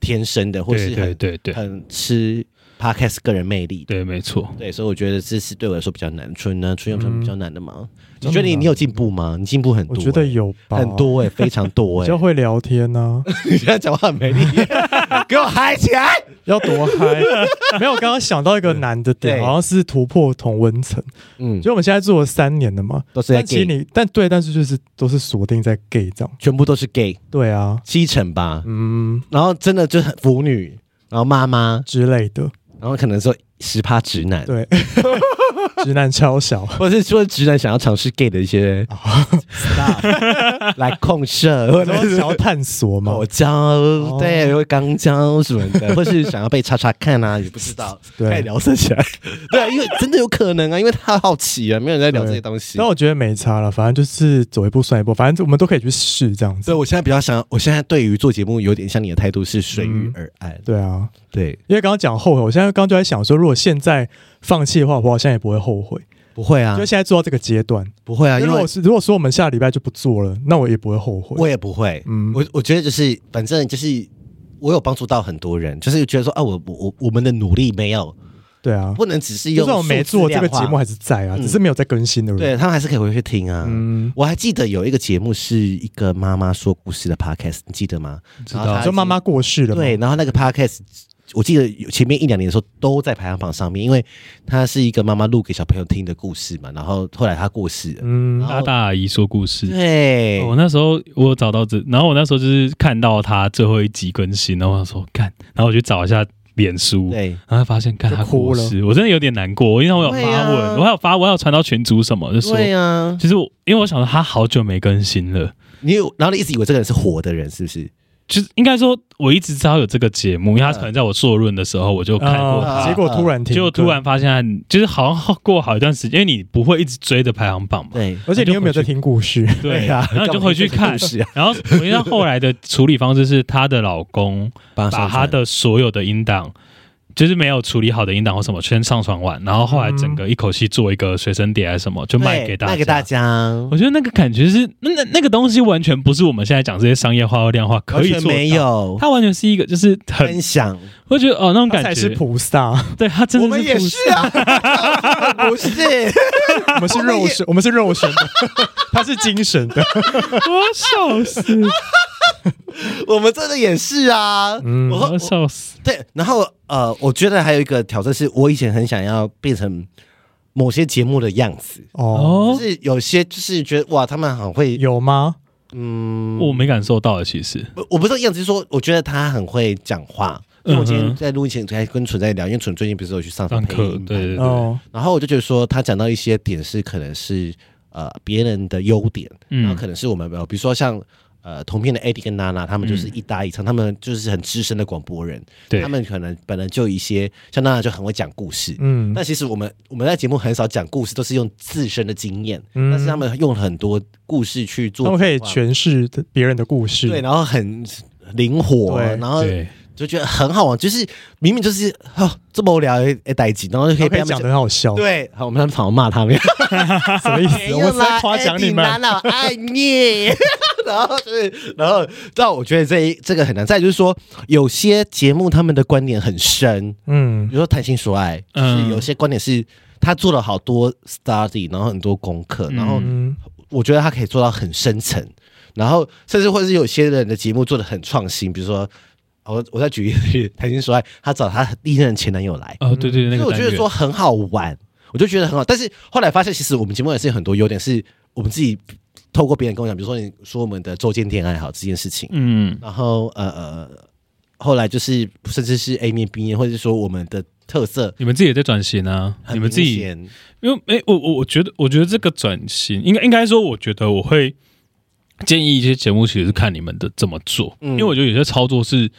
[SPEAKER 2] 天生的，或是
[SPEAKER 3] 对
[SPEAKER 2] 很
[SPEAKER 3] 对对对
[SPEAKER 2] 很吃 podcast 个人魅力的。
[SPEAKER 3] 对，没错。
[SPEAKER 2] 对，所以我觉得这是对我来说比较难。春呢，春有什么比较难的吗？你觉得
[SPEAKER 1] 真的
[SPEAKER 2] 你
[SPEAKER 1] 吗
[SPEAKER 2] 你有进步吗？你进步很
[SPEAKER 1] 我
[SPEAKER 2] 多欸、
[SPEAKER 1] 觉得有吧，
[SPEAKER 2] 很多哎、非常多
[SPEAKER 1] 比
[SPEAKER 2] 哎、
[SPEAKER 1] 较会聊天啊呢、
[SPEAKER 2] 你现在讲话很没力，给我嗨起来！
[SPEAKER 1] 要多嗨！没有，我刚刚想到一个难的 点，
[SPEAKER 2] 对
[SPEAKER 1] 好像是突破同温层。
[SPEAKER 2] 嗯，
[SPEAKER 1] 就我们现在做了三年了嘛，
[SPEAKER 2] 都是在
[SPEAKER 1] 但其实
[SPEAKER 2] gay，
[SPEAKER 1] 你，但对，但是就是都是锁定在 gay 这样。
[SPEAKER 2] 全部都是 gay，
[SPEAKER 1] 对啊，
[SPEAKER 2] 七成吧。
[SPEAKER 1] 嗯
[SPEAKER 2] 然后真的就是很腐女，然后妈妈，
[SPEAKER 1] 之类的，
[SPEAKER 2] 然后可能说十趴直 男，
[SPEAKER 1] 对，直男超小。
[SPEAKER 2] 或者是说直男想要尝试 gay 的一些
[SPEAKER 1] 哦
[SPEAKER 2] stuff 来控射，或
[SPEAKER 1] 然
[SPEAKER 2] 者
[SPEAKER 1] 后
[SPEAKER 2] 是
[SPEAKER 1] 想要探索嘛
[SPEAKER 2] 口，交，对，或肛交什么 的，或是想要被叉叉看啊，也不知道，
[SPEAKER 1] 对
[SPEAKER 2] 开始聊色起 来，对，啊因为真的有可能啊，因为他好奇啊，没有人在聊这些东西
[SPEAKER 1] 但。我觉得没差了，反正就是走一步算一步，反正我们都可以去试这样
[SPEAKER 2] 所
[SPEAKER 1] 子
[SPEAKER 2] 以。我现在比较想要，我现在对于做节目有点像你的态度是随遇而安，
[SPEAKER 1] 对啊，
[SPEAKER 2] 对，
[SPEAKER 1] 因为刚刚讲后悔，我现在刚刚就在想说，如果现在放弃的话，我好像也不会后悔。
[SPEAKER 2] 不会啊
[SPEAKER 1] 就，现在做到这个阶段，
[SPEAKER 2] 不会啊，因
[SPEAKER 1] 如
[SPEAKER 2] 为
[SPEAKER 1] 果是如果说我们下礼拜就不做了，那我也不会后悔。
[SPEAKER 2] 我也不会，
[SPEAKER 1] 嗯
[SPEAKER 2] 我我觉得就是反正就是我有帮助到很多人，就是觉得说啊，我我我我们的努力没有
[SPEAKER 1] 对啊，
[SPEAKER 2] 不能只是
[SPEAKER 1] 就
[SPEAKER 2] 用
[SPEAKER 1] 算我没
[SPEAKER 2] 数
[SPEAKER 1] 做
[SPEAKER 2] 字
[SPEAKER 1] 这
[SPEAKER 2] 量
[SPEAKER 1] 个
[SPEAKER 2] 化
[SPEAKER 1] 节目，还是在啊，
[SPEAKER 2] 嗯
[SPEAKER 1] 只是没有在更新而已。
[SPEAKER 2] 对他们还是可以回去听啊。
[SPEAKER 1] 嗯，
[SPEAKER 2] 我还记得有一个节目是一个妈妈说故事的 podcast，你记得吗？
[SPEAKER 3] 知道
[SPEAKER 2] 然后她
[SPEAKER 1] 就妈妈过世了嘛，
[SPEAKER 2] 对，然后那个 podcast，我记得有前面一两年的时候都在排行榜上面，因为它是一个妈妈录给小朋友听的故事嘛。然后后来她过世了，
[SPEAKER 1] 嗯
[SPEAKER 2] 然，后
[SPEAKER 3] 大大阿姨说故事。哦
[SPEAKER 2] 对，
[SPEAKER 3] 我那时候我有找到这，然后我那时候就是看到他最后一集更新，然后我想说干，然后我去找一下脸书，
[SPEAKER 2] 对，
[SPEAKER 3] 然后发现看
[SPEAKER 1] 就
[SPEAKER 3] 他
[SPEAKER 1] 哭
[SPEAKER 3] 过世，我真的有点难过，因为我有发
[SPEAKER 2] 对啊
[SPEAKER 3] 文，我还有发，我还有传到群组什么，就说
[SPEAKER 2] 对啊，
[SPEAKER 3] 其实我因为我想说他好久没更新了，
[SPEAKER 2] 你有，然后你一直以为这个人是活的人，是不是？
[SPEAKER 3] 就是应该说我一直知道有这个节目，因为
[SPEAKER 2] 嗯
[SPEAKER 3] 他可能在我硕论的时候我就看过
[SPEAKER 1] 啊
[SPEAKER 3] 他，
[SPEAKER 1] 结果突然停，
[SPEAKER 3] 结果突然，发现他就是好像过好一段时间，因为你不会一直追着排行榜嘛，
[SPEAKER 2] 对，
[SPEAKER 1] 而且你有没有在听故事？
[SPEAKER 3] 对
[SPEAKER 2] 啊
[SPEAKER 3] 然后你就回去
[SPEAKER 2] 干嘛
[SPEAKER 3] 看
[SPEAKER 2] 一直听故事啊，
[SPEAKER 3] 然后我知道后来的处理方式是她的老 公
[SPEAKER 2] 把
[SPEAKER 3] 把她的所有的音档。就是没有处理好的音档或什么，先上传完，然后后来整个一口气做一个随身碟还是什么，就卖给大
[SPEAKER 2] 嗯
[SPEAKER 3] 家。
[SPEAKER 2] 卖给大家，
[SPEAKER 3] 我觉得那个感觉是，那那那个东西完全不是我们现在讲这些商业化或量化可以
[SPEAKER 2] 完全
[SPEAKER 3] 做到
[SPEAKER 2] 没，有
[SPEAKER 3] 它完全是一个就是很
[SPEAKER 2] 分，享，
[SPEAKER 3] 我觉得哦那种
[SPEAKER 1] 他
[SPEAKER 3] 感
[SPEAKER 1] 才
[SPEAKER 3] 觉
[SPEAKER 1] 是菩萨，
[SPEAKER 3] 对它真的
[SPEAKER 2] 我们也
[SPEAKER 3] 不
[SPEAKER 2] 是啊， 不是，
[SPEAKER 1] 我们是肉身，我们是肉身的， 他是精神的。
[SPEAKER 3] 我笑死，
[SPEAKER 2] 我们真的也是啊。
[SPEAKER 1] 嗯
[SPEAKER 2] 我
[SPEAKER 3] 我
[SPEAKER 2] 我
[SPEAKER 3] 哦笑死，
[SPEAKER 2] 对，然后呃，我觉得还有一个挑战是，我以前很想要变成某些节目的样子，
[SPEAKER 1] 哦，
[SPEAKER 2] 就
[SPEAKER 3] 哦，
[SPEAKER 2] 是有些就是觉得哇，他们很会，
[SPEAKER 1] 有吗？
[SPEAKER 2] 嗯，
[SPEAKER 3] 我没感受到的其实，
[SPEAKER 2] 我我不知道样子，就是说我觉得他很会讲话。因为我今
[SPEAKER 3] 嗯
[SPEAKER 2] 天
[SPEAKER 3] 哼
[SPEAKER 2] 在录音前还跟纯在聊，因为纯最近不是有去上
[SPEAKER 3] 上
[SPEAKER 2] 配
[SPEAKER 3] 课
[SPEAKER 2] 音班
[SPEAKER 3] 对对对，
[SPEAKER 1] 哦，
[SPEAKER 2] 然后我就觉得说，他讲到一些点是可能是呃别人的优点，然后
[SPEAKER 3] 嗯
[SPEAKER 2] 可能是我们没有，比如说像呃同片的 AD 跟娜娜，他们就是
[SPEAKER 3] 嗯
[SPEAKER 2] 一搭一唱，他们就是很资深的广播人，
[SPEAKER 3] 对
[SPEAKER 2] 他们可能本来就有一些像娜娜就很会讲故事。
[SPEAKER 1] 嗯
[SPEAKER 2] 但其实我们我们在节目很少讲故事，都是用自身的经验，
[SPEAKER 1] 嗯
[SPEAKER 2] 但是他们用很多故事去做
[SPEAKER 1] 他
[SPEAKER 2] 转
[SPEAKER 1] 们
[SPEAKER 2] 换，
[SPEAKER 1] 可以诠释别人的故事。
[SPEAKER 2] 对，然后很灵活，
[SPEAKER 1] 对
[SPEAKER 2] 然后
[SPEAKER 3] 对，
[SPEAKER 2] 就觉得很好玩，就是明明就是哦这么无聊的的代际，然后就可
[SPEAKER 1] 然后可
[SPEAKER 2] 以被
[SPEAKER 1] 以
[SPEAKER 2] 他们
[SPEAKER 1] 讲的很好笑，
[SPEAKER 2] 对，好，我们好像骂他们，
[SPEAKER 1] 什么意思？我是在夸奖你们。
[SPEAKER 2] 娜娜爱你。 然后就是，然后，但我觉得这一这个很难。再就是说，有些节目他们的观点很深，比
[SPEAKER 1] 嗯
[SPEAKER 2] 如说谈情说爱，就是
[SPEAKER 3] 嗯
[SPEAKER 2] 有些观点是他做了好多 study，然后很多功课，然后
[SPEAKER 1] 嗯，
[SPEAKER 2] 我觉得他可以做到很深层，然后甚至或者是有些人的节目做的很创新，比如说。我我再举一个例子，谈情说爱，他找他历任前男友来，
[SPEAKER 3] 哦对对
[SPEAKER 2] 嗯所
[SPEAKER 3] 对，那
[SPEAKER 2] 以
[SPEAKER 3] 个
[SPEAKER 2] 我觉
[SPEAKER 3] 单
[SPEAKER 2] 得
[SPEAKER 3] 元
[SPEAKER 2] 说很好玩，我就觉得很好。但是后来发现，其实我们节目也是有很多优点，是我们自己透过别人跟我讲，比如说你说我们的周间恋爱好这件事情，
[SPEAKER 3] 嗯
[SPEAKER 2] 然后呃呃，后来就是甚至是 A 面 B 面，或者是说我们的特色
[SPEAKER 3] 你们自己也在转型啊，
[SPEAKER 2] 很
[SPEAKER 3] 你
[SPEAKER 2] 明显，
[SPEAKER 3] 们自己因为诶、我我我觉得，我觉得这个转型应该应该说，我觉得我会建议一些节目其实是看你们的怎么做，
[SPEAKER 2] 嗯
[SPEAKER 3] 因为我觉得有些操作是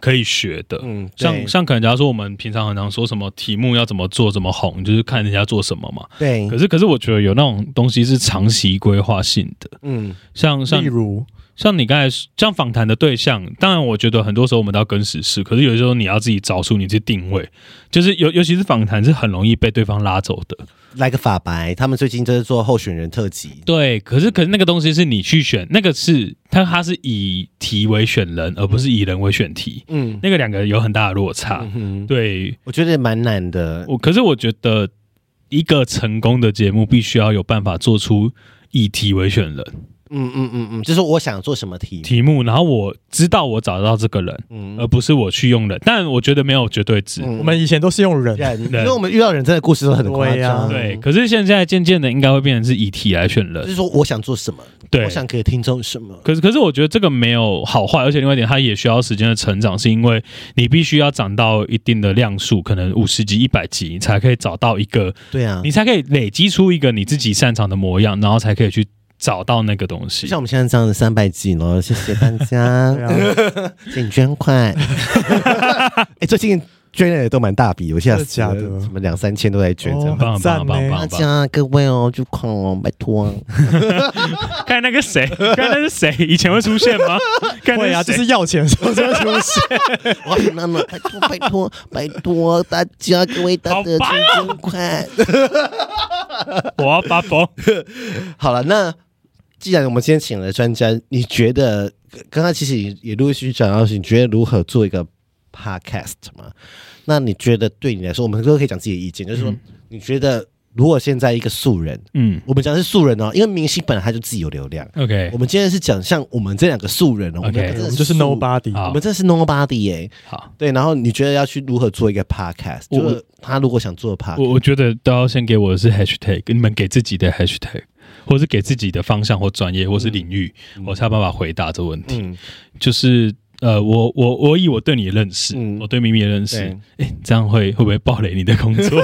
[SPEAKER 3] 可以学的。
[SPEAKER 2] 嗯，对
[SPEAKER 3] 像像可能，假如说我们平常很常说什么题目要怎么做、怎么红，就是看人家做什么嘛。
[SPEAKER 2] 对
[SPEAKER 3] 可，是可是，我觉得有那种东西是长期规划性的，
[SPEAKER 2] 嗯
[SPEAKER 3] 像像
[SPEAKER 1] 例如，
[SPEAKER 3] 像你刚才说像访谈的对象，当然我觉得很多时候我们都要跟时事，可是有时候你要自己找出你去定位，就是尤尤其是访谈是很容易被对方拉走的。
[SPEAKER 2] 来个法白，他们最近就是做候选人特辑，
[SPEAKER 3] 对，可是可是那个东西是你去选，那个是它它是以题为选人，而不是以人为选题，
[SPEAKER 2] 嗯
[SPEAKER 3] 那个两个有很大的落差
[SPEAKER 2] 嗯。哼，
[SPEAKER 3] 对
[SPEAKER 2] 我觉得蛮难的，
[SPEAKER 3] 我，可是我觉得一个成功的节目必须要有办法做出以题为选人
[SPEAKER 2] 嗯嗯嗯嗯，就是我想做什么题，
[SPEAKER 3] 题目，然后我知道我找得到这个人，
[SPEAKER 2] 嗯
[SPEAKER 3] 而不是我去用人。但我觉得没有绝对值。
[SPEAKER 2] 嗯啊
[SPEAKER 1] 我们以前都是用人，
[SPEAKER 2] 人，因
[SPEAKER 3] 人
[SPEAKER 2] 为我们遇到人真的故事都很夸
[SPEAKER 1] 对呀
[SPEAKER 2] 张。
[SPEAKER 3] 对，可是现在渐渐的应该会变成是以题来选
[SPEAKER 2] 嗯就
[SPEAKER 3] 人，
[SPEAKER 2] 是说我想做什么，
[SPEAKER 3] 对，
[SPEAKER 2] 我想给听众什么。
[SPEAKER 3] 可是，可是我觉得这个没有好坏，而且另外一点，它也需要时间的成长，是因为你必须要长到一定的量数，可能五十集、一百集，你才可以找到一个，
[SPEAKER 2] 对啊
[SPEAKER 3] 你，才可以累积出一个你自己擅长的模样，然后才可以去找到那个东
[SPEAKER 2] 就
[SPEAKER 3] 西。
[SPEAKER 2] 像我们现在这样的三百集喽，谢谢大
[SPEAKER 1] 对
[SPEAKER 2] 家，
[SPEAKER 1] 啊，
[SPEAKER 2] 请捐款。哎，最近捐的也都蛮大笔，我吓死了，
[SPEAKER 1] 真的假的
[SPEAKER 2] 什么两三千都在捐，这样
[SPEAKER 1] 哦。
[SPEAKER 3] 棒
[SPEAKER 1] 赞
[SPEAKER 3] 棒棒
[SPEAKER 1] 呢
[SPEAKER 3] 棒
[SPEAKER 2] 大
[SPEAKER 3] 棒！
[SPEAKER 2] 家各位哦，就款哦，拜托啊。
[SPEAKER 3] 看那 个谁，看那是谁，以前会出现吗？看
[SPEAKER 1] 会啊，
[SPEAKER 3] 那
[SPEAKER 1] 就是
[SPEAKER 3] 谁
[SPEAKER 1] 是要钱的时候就会出现。
[SPEAKER 2] 我很难了，拜托拜托拜托大家各位大德
[SPEAKER 3] 好
[SPEAKER 2] 请
[SPEAKER 3] 烦
[SPEAKER 2] 捐款。
[SPEAKER 3] 我要发疯。
[SPEAKER 2] 好了，那既然我们今天请了专家，你觉得刚刚其实也也陆续讲到，你觉得如何做一个 podcast 嘛。那你觉得对你来说，我们都可以讲自己的意见，就是说，你觉得如果现在一个素人，
[SPEAKER 3] 嗯
[SPEAKER 2] 我们讲的是素人哦，因为明星本来他就自己有流量。
[SPEAKER 3] ，OK，
[SPEAKER 2] 我们今天是讲像我们这两个素人哦，我们
[SPEAKER 3] OK
[SPEAKER 2] 两个真
[SPEAKER 1] 我
[SPEAKER 2] 的
[SPEAKER 1] 们就是
[SPEAKER 2] 素
[SPEAKER 1] nobody，
[SPEAKER 3] 好
[SPEAKER 2] 我们真的是 nobody 耶、
[SPEAKER 3] 好，
[SPEAKER 2] 对，然后你觉得要去如何做一个 podcast？
[SPEAKER 3] 我
[SPEAKER 2] 就是他如果想做 podcast，
[SPEAKER 3] 我我觉得都要先给我的是 hashtag，你们给自己的 hashtag，或是给自己的方向或专业或是领域，我才有办法回答这个问题。
[SPEAKER 2] 嗯，
[SPEAKER 3] 就是呃，我我我以我对你的认识，
[SPEAKER 2] 嗯
[SPEAKER 3] 我对咪咪的认识，
[SPEAKER 2] 对
[SPEAKER 3] 诶，这样会会不会暴雷你的工作？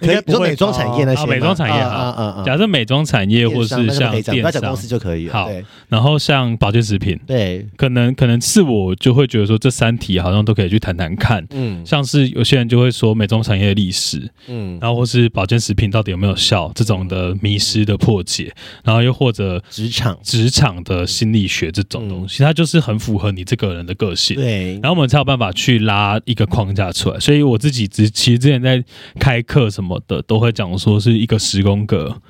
[SPEAKER 2] 可
[SPEAKER 1] 应
[SPEAKER 2] 以
[SPEAKER 1] 该
[SPEAKER 2] 你
[SPEAKER 1] 不
[SPEAKER 2] 说
[SPEAKER 1] 会
[SPEAKER 2] 美妆产业那些吗、
[SPEAKER 3] 啊美妆产业
[SPEAKER 2] 啊啊 啊啊，
[SPEAKER 3] 假设美妆产业
[SPEAKER 2] 电
[SPEAKER 3] 或
[SPEAKER 2] 商
[SPEAKER 3] 是
[SPEAKER 2] 那就
[SPEAKER 3] 像
[SPEAKER 2] 可以讲，不要
[SPEAKER 3] 电
[SPEAKER 2] 讲
[SPEAKER 3] 商
[SPEAKER 2] 公，司就可以了。
[SPEAKER 3] 好
[SPEAKER 2] 对
[SPEAKER 3] 然后像保健食品，
[SPEAKER 2] 对，
[SPEAKER 3] 可能可能是我就会觉得说这三题好像都可以去谈谈看。
[SPEAKER 2] 嗯
[SPEAKER 3] 像是有些人就会说美妆产业的历史，
[SPEAKER 2] 嗯，
[SPEAKER 3] 然后或是保健食品到底有没有效这种的迷失的破解，然后又或者
[SPEAKER 2] 职场
[SPEAKER 3] 职场的心理学这种东西，它就是很符合你这个人的个性。
[SPEAKER 2] 对，
[SPEAKER 3] 然后我们才有办法去拉一个框架出来。所以我自己之其实之前在开课什么的，都会讲说是一个十宫格，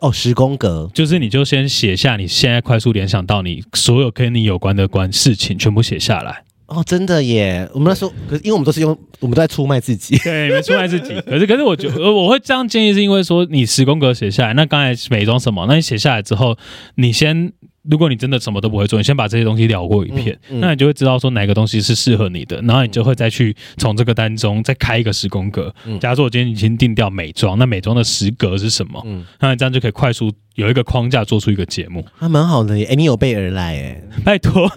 [SPEAKER 2] 哦，十宫格，
[SPEAKER 3] 就是你就先写下你现在快速联想到你所有跟你有关的关事情，全部写下来。
[SPEAKER 2] 哦，真的耶！我们那时候，可是因为我们都是用，我们都在出卖自己，
[SPEAKER 3] 对，你们出卖自己。 可是可是我觉得我会这样建议，是因为说你十宫格写下来，那刚才美妆什么，那你写下来之后，你先。如果你真的什么都不会做，你先把这些东西聊过一遍，
[SPEAKER 2] 嗯嗯嗯
[SPEAKER 3] 那你就会知道说哪个东西是适合你的，然后你就会再去从这个单中再开一个十宫格。
[SPEAKER 2] 嗯
[SPEAKER 3] 假如说我今天已经定掉美妆，那美妆的十格是什么？
[SPEAKER 2] 嗯
[SPEAKER 3] 那你这样就可以快速有一个框架做出一个节目。
[SPEAKER 2] 还蛮好的耶。哎，你有备而来哎，
[SPEAKER 3] 拜托，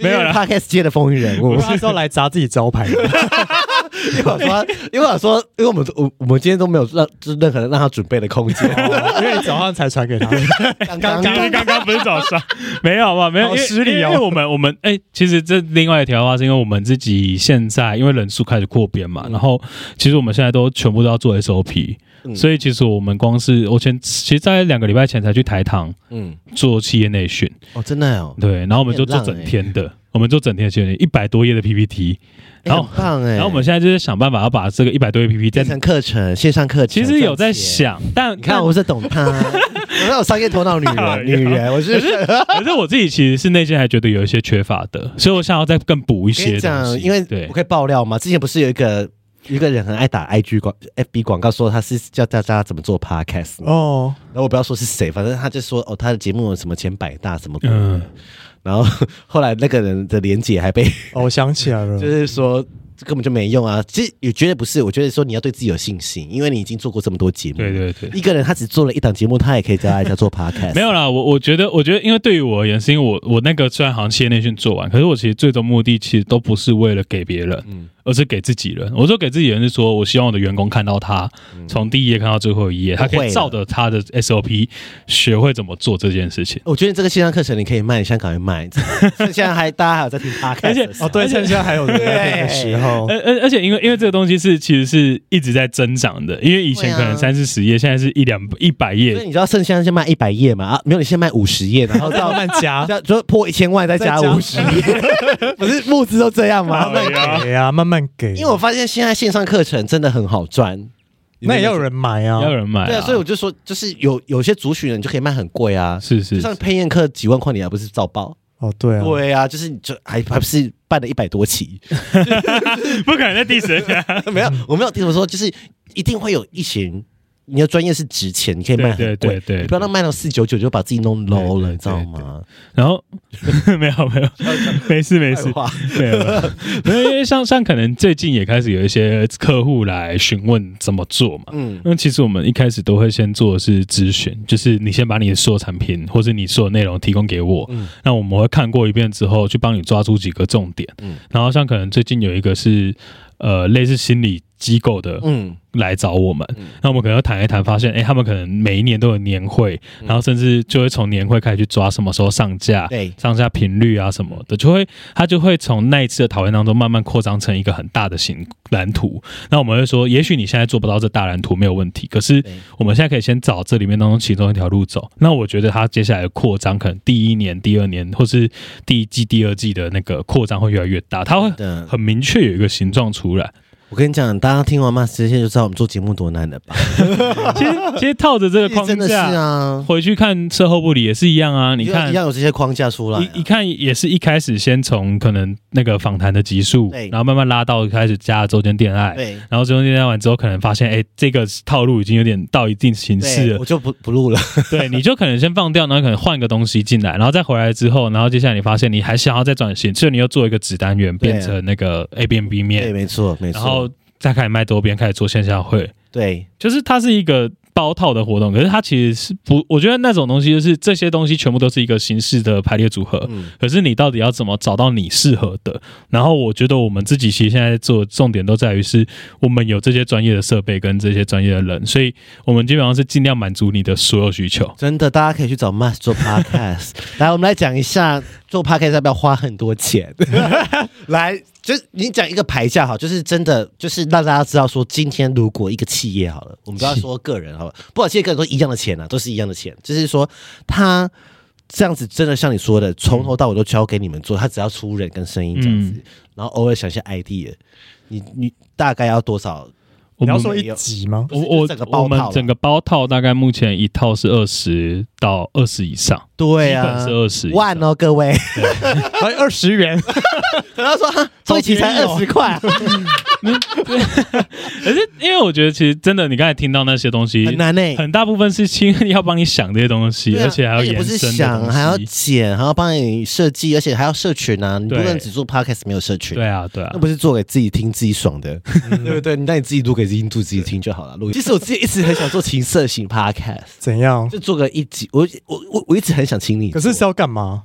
[SPEAKER 3] 没有
[SPEAKER 2] 了
[SPEAKER 3] 啦
[SPEAKER 2] ，Podcast 界的风云 人物
[SPEAKER 1] 我。是要来砸自己招牌的。
[SPEAKER 2] 因为我说，因为我说，因为我们我我们今天都没有让就是任何人让他准备的空间，
[SPEAKER 1] 哦因为你早上才传给他，
[SPEAKER 2] 刚
[SPEAKER 3] 刚刚刚刚不是早上， 没有吧？没有，
[SPEAKER 1] 好
[SPEAKER 3] 因为
[SPEAKER 1] 失礼哦
[SPEAKER 3] 因为我们我们哎、其实这另外一条的啊话，是因为我们自己现在因为人数开始扩编嘛，然后其实我们现在都全部都要做 SOP，、
[SPEAKER 2] 嗯
[SPEAKER 3] 所以其实我们光是我前其实，在两个礼拜前才去台糖
[SPEAKER 2] 嗯，
[SPEAKER 3] 做企业内训，
[SPEAKER 2] 哦，真的哦，
[SPEAKER 3] 对，然后我们就做
[SPEAKER 2] 很浪
[SPEAKER 3] 整天的，我们做整天的企业内一百多页的 PPT，
[SPEAKER 2] 哎
[SPEAKER 3] 然后
[SPEAKER 2] 很棒哎，
[SPEAKER 3] 然后我们现在就是想办法要把这个一百多页 PPT
[SPEAKER 2] 变
[SPEAKER 3] 在
[SPEAKER 2] 成课程，线上课程，
[SPEAKER 3] 其实有
[SPEAKER 2] 赚
[SPEAKER 3] 在
[SPEAKER 2] 钱。
[SPEAKER 3] 想，但
[SPEAKER 2] 你看，我是懂他， 我有商业头脑，女
[SPEAKER 3] 哎呀
[SPEAKER 2] 人，女人，我是。
[SPEAKER 3] 可是我自己其实是内心还觉得有一些缺乏的，所以我想要再更补一
[SPEAKER 2] 跟
[SPEAKER 3] 些
[SPEAKER 2] 你
[SPEAKER 3] 东
[SPEAKER 2] 讲，
[SPEAKER 3] 西。
[SPEAKER 2] 因为
[SPEAKER 3] 对
[SPEAKER 2] 我可以爆料吗？之前不是有一个有一个人很爱打 IG 广 FB 广告，说他是教大家怎么做 podcast 吗。
[SPEAKER 1] 哦，
[SPEAKER 3] 嗯
[SPEAKER 2] 然后我不要说是谁，反正他就说哦，他的节目有什么前百大什么鬼的。
[SPEAKER 3] 嗯
[SPEAKER 2] 然后后来那个人的连结还被
[SPEAKER 1] 哦我想起来
[SPEAKER 3] 嗯
[SPEAKER 1] 了
[SPEAKER 2] 就，是说。根本就没用啊！其实也绝对不是，我觉得说你要对自己有信心，因为你已经做过这么多节目。
[SPEAKER 3] 对对对
[SPEAKER 2] 一个人他只做了一档节目，他也可以教大家做 podcast。
[SPEAKER 3] 没有啦，我我觉得，我觉得，因为对于我而言，是因为我我那个虽然好像企业内训做完，可是我其实最终目的其实都不是为了给别人，
[SPEAKER 2] 嗯
[SPEAKER 3] 而是给自己人。我说给自己人是说，我希望我的员工看到他从第一页看到最后一页，他
[SPEAKER 2] 嗯
[SPEAKER 3] 可
[SPEAKER 2] 会
[SPEAKER 3] 以
[SPEAKER 2] 了
[SPEAKER 3] 照着他的 SOP 学会怎么做这件事情。
[SPEAKER 2] 我觉得这个线上课程你可以卖，你现在赶快卖。现在还大家还有在听 podcast，啊
[SPEAKER 3] 而且
[SPEAKER 2] 的时候
[SPEAKER 1] 哦，对，趁现在还有人在那个时候，
[SPEAKER 3] 而而而且，因为因为这个东西是其实是一直在增长的，因为以前
[SPEAKER 2] 对啊
[SPEAKER 3] 可能三四十页，现在是一两一
[SPEAKER 2] 所
[SPEAKER 3] 百
[SPEAKER 2] 以
[SPEAKER 3] 页。
[SPEAKER 2] 你知道圣香先卖一百页嘛？啊，没有，你先卖五十页，然后
[SPEAKER 1] 再
[SPEAKER 2] 到
[SPEAKER 1] 慢慢加，
[SPEAKER 2] 要就破一千万再加
[SPEAKER 1] 再加
[SPEAKER 2] 五十页， 不是募资都这样吗？
[SPEAKER 3] 哎呀
[SPEAKER 1] 给啊，慢慢给，
[SPEAKER 2] 因为我发现现在线上课程真的很好赚，
[SPEAKER 1] 那也要有人买啊
[SPEAKER 3] 要，有人买、
[SPEAKER 2] 对啊，所以我就说，就是有有些族群人就可以卖很贵啊，
[SPEAKER 3] 是是
[SPEAKER 2] 就是像配宴课几万块，你还不是照报？
[SPEAKER 1] 哦，对啊，
[SPEAKER 2] 对啊，就是你就还还不是办了一百多期？
[SPEAKER 3] 不可能在第十。
[SPEAKER 2] 没
[SPEAKER 3] 嗯
[SPEAKER 2] 有，我没有听我说，就是一定会有一群。你的专业是值钱，你可以卖很贵，
[SPEAKER 3] 对对对对
[SPEAKER 2] 你不要让卖到四九九就把自己弄 low 了，
[SPEAKER 3] 对对
[SPEAKER 2] 你知道
[SPEAKER 3] 对
[SPEAKER 2] 吗？
[SPEAKER 3] 然后 没有 没有，没事没事
[SPEAKER 2] 废，话
[SPEAKER 3] 没有没有，没有因为像像可能最近也开始有一些客户来询问怎么做嘛。
[SPEAKER 2] 嗯，
[SPEAKER 3] 那其实我们一开始都会先做的是咨询，就是你先把你的所有产品或者你所有内容提供给我，
[SPEAKER 2] 嗯
[SPEAKER 3] 那我们会看过一遍之后，去帮你抓住几个重点。
[SPEAKER 2] 嗯
[SPEAKER 3] 然后像可能最近有一个是呃类似心理机构的，
[SPEAKER 2] 嗯，
[SPEAKER 3] 来找我们，
[SPEAKER 2] 嗯
[SPEAKER 3] 那我们可能要谈一谈，发现哎、诶他们可能每一年都有年会，
[SPEAKER 2] 嗯
[SPEAKER 3] 然后甚至就会从年会开始去抓什么时候上架，
[SPEAKER 2] 对嗯
[SPEAKER 3] 上架频率啊什么的，就会他就会从那一次的讨论当中慢慢扩张成一个很大的型蓝图。那我们会说，也许你现在做不到这大蓝图没有问题，可是
[SPEAKER 2] 对
[SPEAKER 3] 我们现在可以先找这里面当中其中一条路走。那我觉得它接下来的扩张，可能第一年、第二年或是第一季、第二季的那个扩张会越来越大，它会
[SPEAKER 2] 的
[SPEAKER 3] 很明确有一个形状出来。
[SPEAKER 2] 我跟你讲，大家听完骂直接就知道我们做节目多难了吧？
[SPEAKER 3] 其实其实套着这个 框
[SPEAKER 2] 真的是
[SPEAKER 3] 架，
[SPEAKER 2] 啊，
[SPEAKER 3] 回去看售后不理也是一样啊。你看
[SPEAKER 2] 一样有这些框架出来啊、
[SPEAKER 3] 一一看也是一开始先从可能那个访谈的集数
[SPEAKER 2] 对，
[SPEAKER 3] 然后慢慢拉到开始加周间恋爱，
[SPEAKER 2] 对。
[SPEAKER 3] 然后周间恋爱完之后，可能发现哎、这个套路已经有点到一定形式
[SPEAKER 2] 对，
[SPEAKER 3] 了
[SPEAKER 2] 我，就不不录 了。
[SPEAKER 3] 对，你就可能先放掉，然后可能换个东西进来，然后再回来之后，然后接下来你发现你还想要再转型，所以你又做一个子单元
[SPEAKER 2] 对啊
[SPEAKER 3] 变成那个 A 变 B
[SPEAKER 2] 对，
[SPEAKER 3] 面，
[SPEAKER 2] 没错，没
[SPEAKER 3] 然后
[SPEAKER 2] 错。
[SPEAKER 3] 再开始卖多边，开始做线下会，
[SPEAKER 2] 对，
[SPEAKER 3] 就是它是一个包套的活动，可是它其实是不，我觉得那种东西就是这些东西全部都是一个形式的排列组合，
[SPEAKER 2] 嗯，
[SPEAKER 3] 可是你到底要怎么找到你适合的？然后我觉得我们自己其实现在做的重点都在于是，我们有这些专业的设备跟这些专业的人，所以我们基本上是尽量满足你的所有需求。
[SPEAKER 2] 真的，大家可以去找 Mas 做 podcast。来， 我们来讲一下做 podcast 要不要花很多 钱？来，就是你讲一个牌价好，就是真的，就是让大家知道说，今天如果一个企业好了，我们不要说个人好了，不管企业个人都一样的钱啊，都是一样的钱，就是说他。这样子真的像你说的，从头到尾都交给你们做，他只要出人跟声音这样子，
[SPEAKER 3] 嗯
[SPEAKER 2] 然后偶尔想一些 idea，你你大概要多少？
[SPEAKER 3] 我
[SPEAKER 1] 你
[SPEAKER 3] 们
[SPEAKER 1] 要说一集吗？
[SPEAKER 3] 我
[SPEAKER 2] 就
[SPEAKER 3] 我
[SPEAKER 2] 是整个包套
[SPEAKER 3] 我们
[SPEAKER 2] 啦
[SPEAKER 3] 整个包套大概目前一套是二十到二十以上，
[SPEAKER 2] 对
[SPEAKER 3] 基本
[SPEAKER 2] 啊
[SPEAKER 3] 是，二十
[SPEAKER 2] 万哦，各位。 哎
[SPEAKER 1] 还二十元，
[SPEAKER 2] 然后说哈，这一期才二十块，
[SPEAKER 3] 可是因为我觉得其实真的，你刚才听到那些东西，
[SPEAKER 2] 很难呢、
[SPEAKER 3] 很大部分是因为要帮你想这些东西，
[SPEAKER 2] 对啊
[SPEAKER 3] 而且还要
[SPEAKER 2] 不
[SPEAKER 3] 延
[SPEAKER 2] 是
[SPEAKER 3] 伸的
[SPEAKER 2] 想，还要
[SPEAKER 3] 东西。
[SPEAKER 2] 剪，还要帮你设计，而且还要社群啊！你不
[SPEAKER 3] 对
[SPEAKER 2] 能只做 podcast 没有社群，
[SPEAKER 3] 对啊，对嗯啊
[SPEAKER 2] 那，不是做给自己听、自己爽的， 对不对？你让你自己录给自己录自己听就好了。录，其实我自己一直很想做情色型 podcast，
[SPEAKER 1] 怎 样？
[SPEAKER 2] 就做个一集。我我我我一直很想请你
[SPEAKER 1] 可
[SPEAKER 2] 做，
[SPEAKER 1] 是是要干嘛？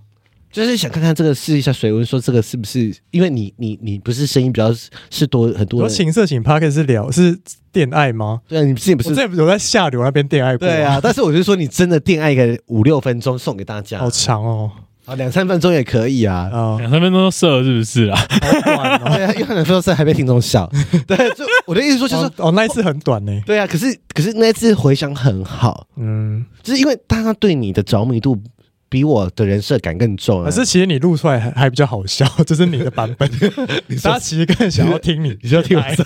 [SPEAKER 2] 就是想看看这个试一下水温，说这个是不是？因为你你你不是声音比较是多很多
[SPEAKER 1] 我
[SPEAKER 2] 人，
[SPEAKER 1] 情色情 p a r k 是聊是恋爱吗？
[SPEAKER 2] 对啊，你自己不
[SPEAKER 1] 我之
[SPEAKER 2] 是。
[SPEAKER 1] 前有在下流那边恋爱过，
[SPEAKER 2] 对啊，，但是我就说你真的恋爱个五六分钟送给大家，
[SPEAKER 1] 好长哦，
[SPEAKER 2] 啊，两三分钟也可以啊。
[SPEAKER 1] 啊，
[SPEAKER 3] 两三分钟都射了是不是啊？
[SPEAKER 1] 好短哦，
[SPEAKER 2] 对啊，因为可能说是还被听众笑。对，就我的意思说就是
[SPEAKER 1] 哦，哦，那一次很短呢，
[SPEAKER 2] 对啊，可是可是那一次回想很好，
[SPEAKER 1] 嗯，
[SPEAKER 2] 就是因为大家对你的着迷度比我的人设感更重、啊。
[SPEAKER 1] 可是其实你录出来还还比较好笑， 就是你的版 本，大家其实更想要听你，
[SPEAKER 2] 你说听我说，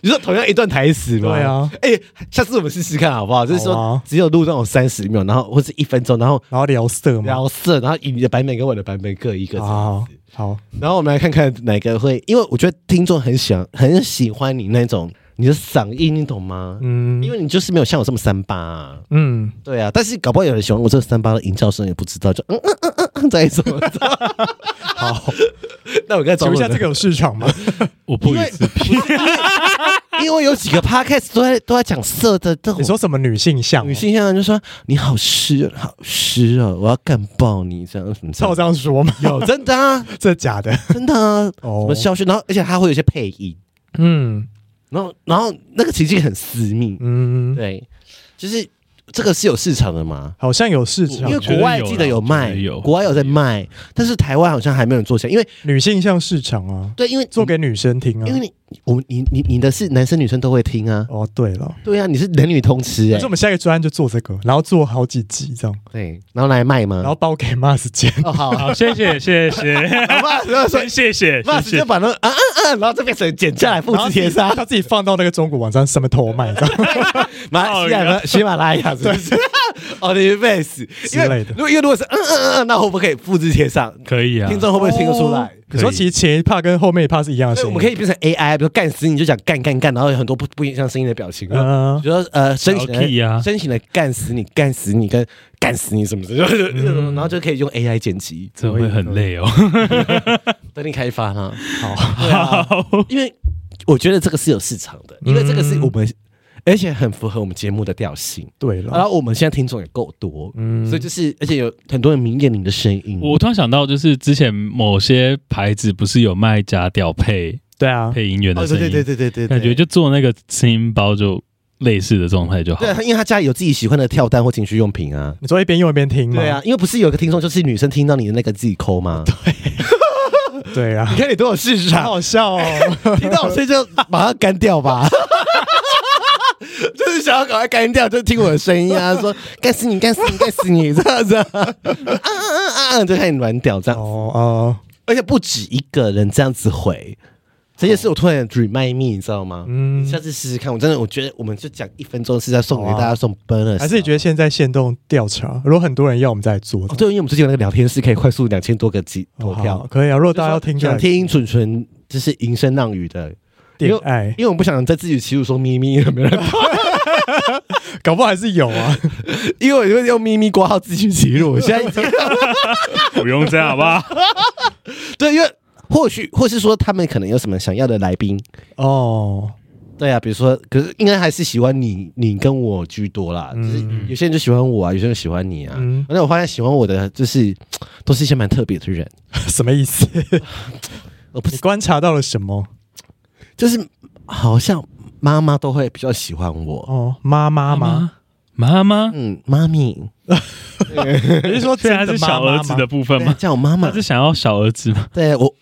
[SPEAKER 2] 你说同样一段台词吗？
[SPEAKER 1] 对啊，
[SPEAKER 2] 哎、下次我们试试看好不好？就是
[SPEAKER 1] 好
[SPEAKER 2] 说
[SPEAKER 1] 啊
[SPEAKER 2] 只有录那种三十秒，然后或是一分钟，然后
[SPEAKER 1] 然后聊色嘛，
[SPEAKER 2] 聊色，然后以你的版本跟我的版本各一个这样
[SPEAKER 1] 啊好啊好，
[SPEAKER 2] 然后我们来看看哪个会，因为我觉得听众很喜欢很喜欢你那种你的嗓音，你懂吗？
[SPEAKER 1] 嗯
[SPEAKER 2] 因为你就是没有像我这么三八、啊，
[SPEAKER 1] 嗯，
[SPEAKER 2] 对啊。但是搞不好有人喜欢我这个三八的营造声，也不知道，就嗯嗯嗯嗯嗯，在什么？ 好，那我该找
[SPEAKER 1] 请问
[SPEAKER 2] 我
[SPEAKER 1] 一下
[SPEAKER 2] 的
[SPEAKER 1] 这个有市场吗？
[SPEAKER 3] 我不予置评。
[SPEAKER 2] 因为有几个 podcast 都在都在讲色的这种
[SPEAKER 1] 你说什么女性向哦？
[SPEAKER 2] 女性向的就说你好湿，好湿哦，我要干爆你这样什么之类
[SPEAKER 1] 照
[SPEAKER 2] 的？
[SPEAKER 1] 这样说吗？
[SPEAKER 2] 有真的啊，
[SPEAKER 1] 这假的
[SPEAKER 2] 真的啊，什
[SPEAKER 1] 哦
[SPEAKER 2] 么消息？然后而且它会有一些配音，
[SPEAKER 1] 嗯
[SPEAKER 2] 然后然后那个情境很私密，
[SPEAKER 1] 嗯，
[SPEAKER 2] 对，就是这个是有市场的嘛？
[SPEAKER 1] 好像有市场
[SPEAKER 2] 因
[SPEAKER 3] 我
[SPEAKER 2] 为，
[SPEAKER 3] 觉得
[SPEAKER 2] 国外
[SPEAKER 3] 有
[SPEAKER 2] 记
[SPEAKER 3] 啦
[SPEAKER 2] 得
[SPEAKER 3] 我
[SPEAKER 2] 有
[SPEAKER 3] 觉
[SPEAKER 2] 卖
[SPEAKER 3] 得，有
[SPEAKER 2] 国外有在卖，但是台湾好像还没有人做起来，因为
[SPEAKER 1] 女性向市场啊，
[SPEAKER 2] 对，因为
[SPEAKER 1] 做给女生听啊
[SPEAKER 2] 因。为你我你你你的是男生女生都会听啊，
[SPEAKER 1] 哦，对了，
[SPEAKER 2] 对啊，你是男女通吃
[SPEAKER 1] 可
[SPEAKER 2] 哎、
[SPEAKER 1] 是我们下一个专案就做这个，然后做好几集这样，
[SPEAKER 2] 对，然后来卖吗？
[SPEAKER 1] 然后包给 Mars 剪。
[SPEAKER 2] 哦好，
[SPEAKER 3] 好，谢谢谢谢，
[SPEAKER 2] 爸 然后说
[SPEAKER 3] 先 谢谢
[SPEAKER 2] 爸
[SPEAKER 3] 谢
[SPEAKER 2] 直接
[SPEAKER 3] 谢。
[SPEAKER 2] 把那啊啊啊，然后这边整剪下来复
[SPEAKER 1] 然后
[SPEAKER 2] 制
[SPEAKER 1] 自己
[SPEAKER 2] 贴上，
[SPEAKER 1] 他自己放到那个中国网站上面偷卖，这样
[SPEAKER 2] 马来西亚
[SPEAKER 3] 哦
[SPEAKER 2] 的喜马拉雅是不 是？哦，你 face 因
[SPEAKER 1] 之
[SPEAKER 2] 为
[SPEAKER 1] 类
[SPEAKER 2] 如
[SPEAKER 1] 的
[SPEAKER 2] 果因为如果是嗯嗯嗯嗯，那会不会可以复制贴上？
[SPEAKER 3] 可以啊，
[SPEAKER 2] 听 众会不会听得出来？
[SPEAKER 1] 你哦说其实前一趴跟后面一趴是一样的
[SPEAKER 2] 所以
[SPEAKER 1] 声
[SPEAKER 2] 我
[SPEAKER 1] 音，
[SPEAKER 2] 们可以变成 AI，比如说干死你就讲干干干，然后有很多不不一样声音的表情。
[SPEAKER 1] 嗯
[SPEAKER 2] 比如说呃，深情
[SPEAKER 3] 小 key 啊
[SPEAKER 2] 的深情的干死你，干死你跟干死你什么的， 就是然后就可以用 AI 剪辑，
[SPEAKER 3] 这会很累哦。
[SPEAKER 2] 等你开发啦。
[SPEAKER 1] 好，
[SPEAKER 2] 对啊，因为我觉得这个是有市场的，因为这个是我们，而且很符合我们节目的调性。
[SPEAKER 1] 嗯对
[SPEAKER 2] 然
[SPEAKER 1] 了，
[SPEAKER 2] 后我们现在听众也够多，
[SPEAKER 1] 嗯
[SPEAKER 2] 所以就是而且有很多人迷恋你的声音。
[SPEAKER 3] 我突然想到，就是之前某些牌子不是有卖假屌配
[SPEAKER 1] 对啊，
[SPEAKER 3] 配音员
[SPEAKER 2] 哦，
[SPEAKER 3] 的
[SPEAKER 2] 对
[SPEAKER 3] 声音，
[SPEAKER 2] 对对对对对，
[SPEAKER 3] 感觉就做那个声音包就类似的状态就好
[SPEAKER 2] 对。啊，因为他家里有自己喜欢的跳蛋或情趣用品啊。
[SPEAKER 1] 你说一边用一边听吗？
[SPEAKER 2] 对啊，，因为不是有个听众就是女生听到你的那个自己抠吗？
[SPEAKER 1] 对啊
[SPEAKER 2] 你，看你多有市
[SPEAKER 1] 好
[SPEAKER 2] 场，
[SPEAKER 1] 好笑哦，
[SPEAKER 2] 听到我睡觉马上干掉吧。就是想要赶快干掉，就听我的声音啊，说干死你，干死你，干死你，这样子啊，啊啊啊啊，就开始软屌这样，
[SPEAKER 1] 哦哦，
[SPEAKER 2] 而且不止一个人这样子回，这件事我突然 remind me，你知道吗？
[SPEAKER 1] 嗯
[SPEAKER 2] 你下次试试看，我真的我觉得我们就讲一分钟是在送给大家送 bonus，、
[SPEAKER 1] 还是你觉得现在限动调查，如果很多人要，我们再来做
[SPEAKER 2] 哦，对，因为我们最近有那个聊天室可以快速两千多个集投票，
[SPEAKER 1] 好可以啊。如果大家要听就来
[SPEAKER 2] 想听纯纯就是吟声浪语的，
[SPEAKER 1] 点爱，
[SPEAKER 2] 因为我不想在自己欺辱说咪咪，没人，
[SPEAKER 1] 搞不好还是有啊。
[SPEAKER 2] 因为我就会用咪咪挂号自己去欺辱。我现在已 经
[SPEAKER 3] 不用这样好 不好？
[SPEAKER 2] 对，因为或许或是说他们可能有什么想要的来宾，
[SPEAKER 1] 哦，
[SPEAKER 2] 对啊，比如说，可是应该还是喜欢你，你跟我居多啦。
[SPEAKER 1] 嗯
[SPEAKER 2] 就是有些人就喜欢我啊，有些人喜欢你啊。
[SPEAKER 1] 嗯
[SPEAKER 2] 而且我发现喜欢我的就是都是一些蛮特别的人，
[SPEAKER 1] 嗯 什么意思？
[SPEAKER 2] 我不
[SPEAKER 1] 你
[SPEAKER 2] 是
[SPEAKER 1] 观察到了什么？
[SPEAKER 2] 就是好像妈妈都会比较喜欢我。
[SPEAKER 1] 哦，妈妈吗？
[SPEAKER 3] 妈妈，
[SPEAKER 2] 嗯，妈咪
[SPEAKER 1] 你是说
[SPEAKER 3] 虽
[SPEAKER 1] 真
[SPEAKER 3] 然
[SPEAKER 1] 的
[SPEAKER 3] 是
[SPEAKER 1] 妈
[SPEAKER 3] 小
[SPEAKER 1] 妈
[SPEAKER 3] 儿子的
[SPEAKER 1] 吗？
[SPEAKER 3] 部分吗？
[SPEAKER 2] 叫我妈妈
[SPEAKER 3] 他是，想要小儿子吗？
[SPEAKER 2] 对我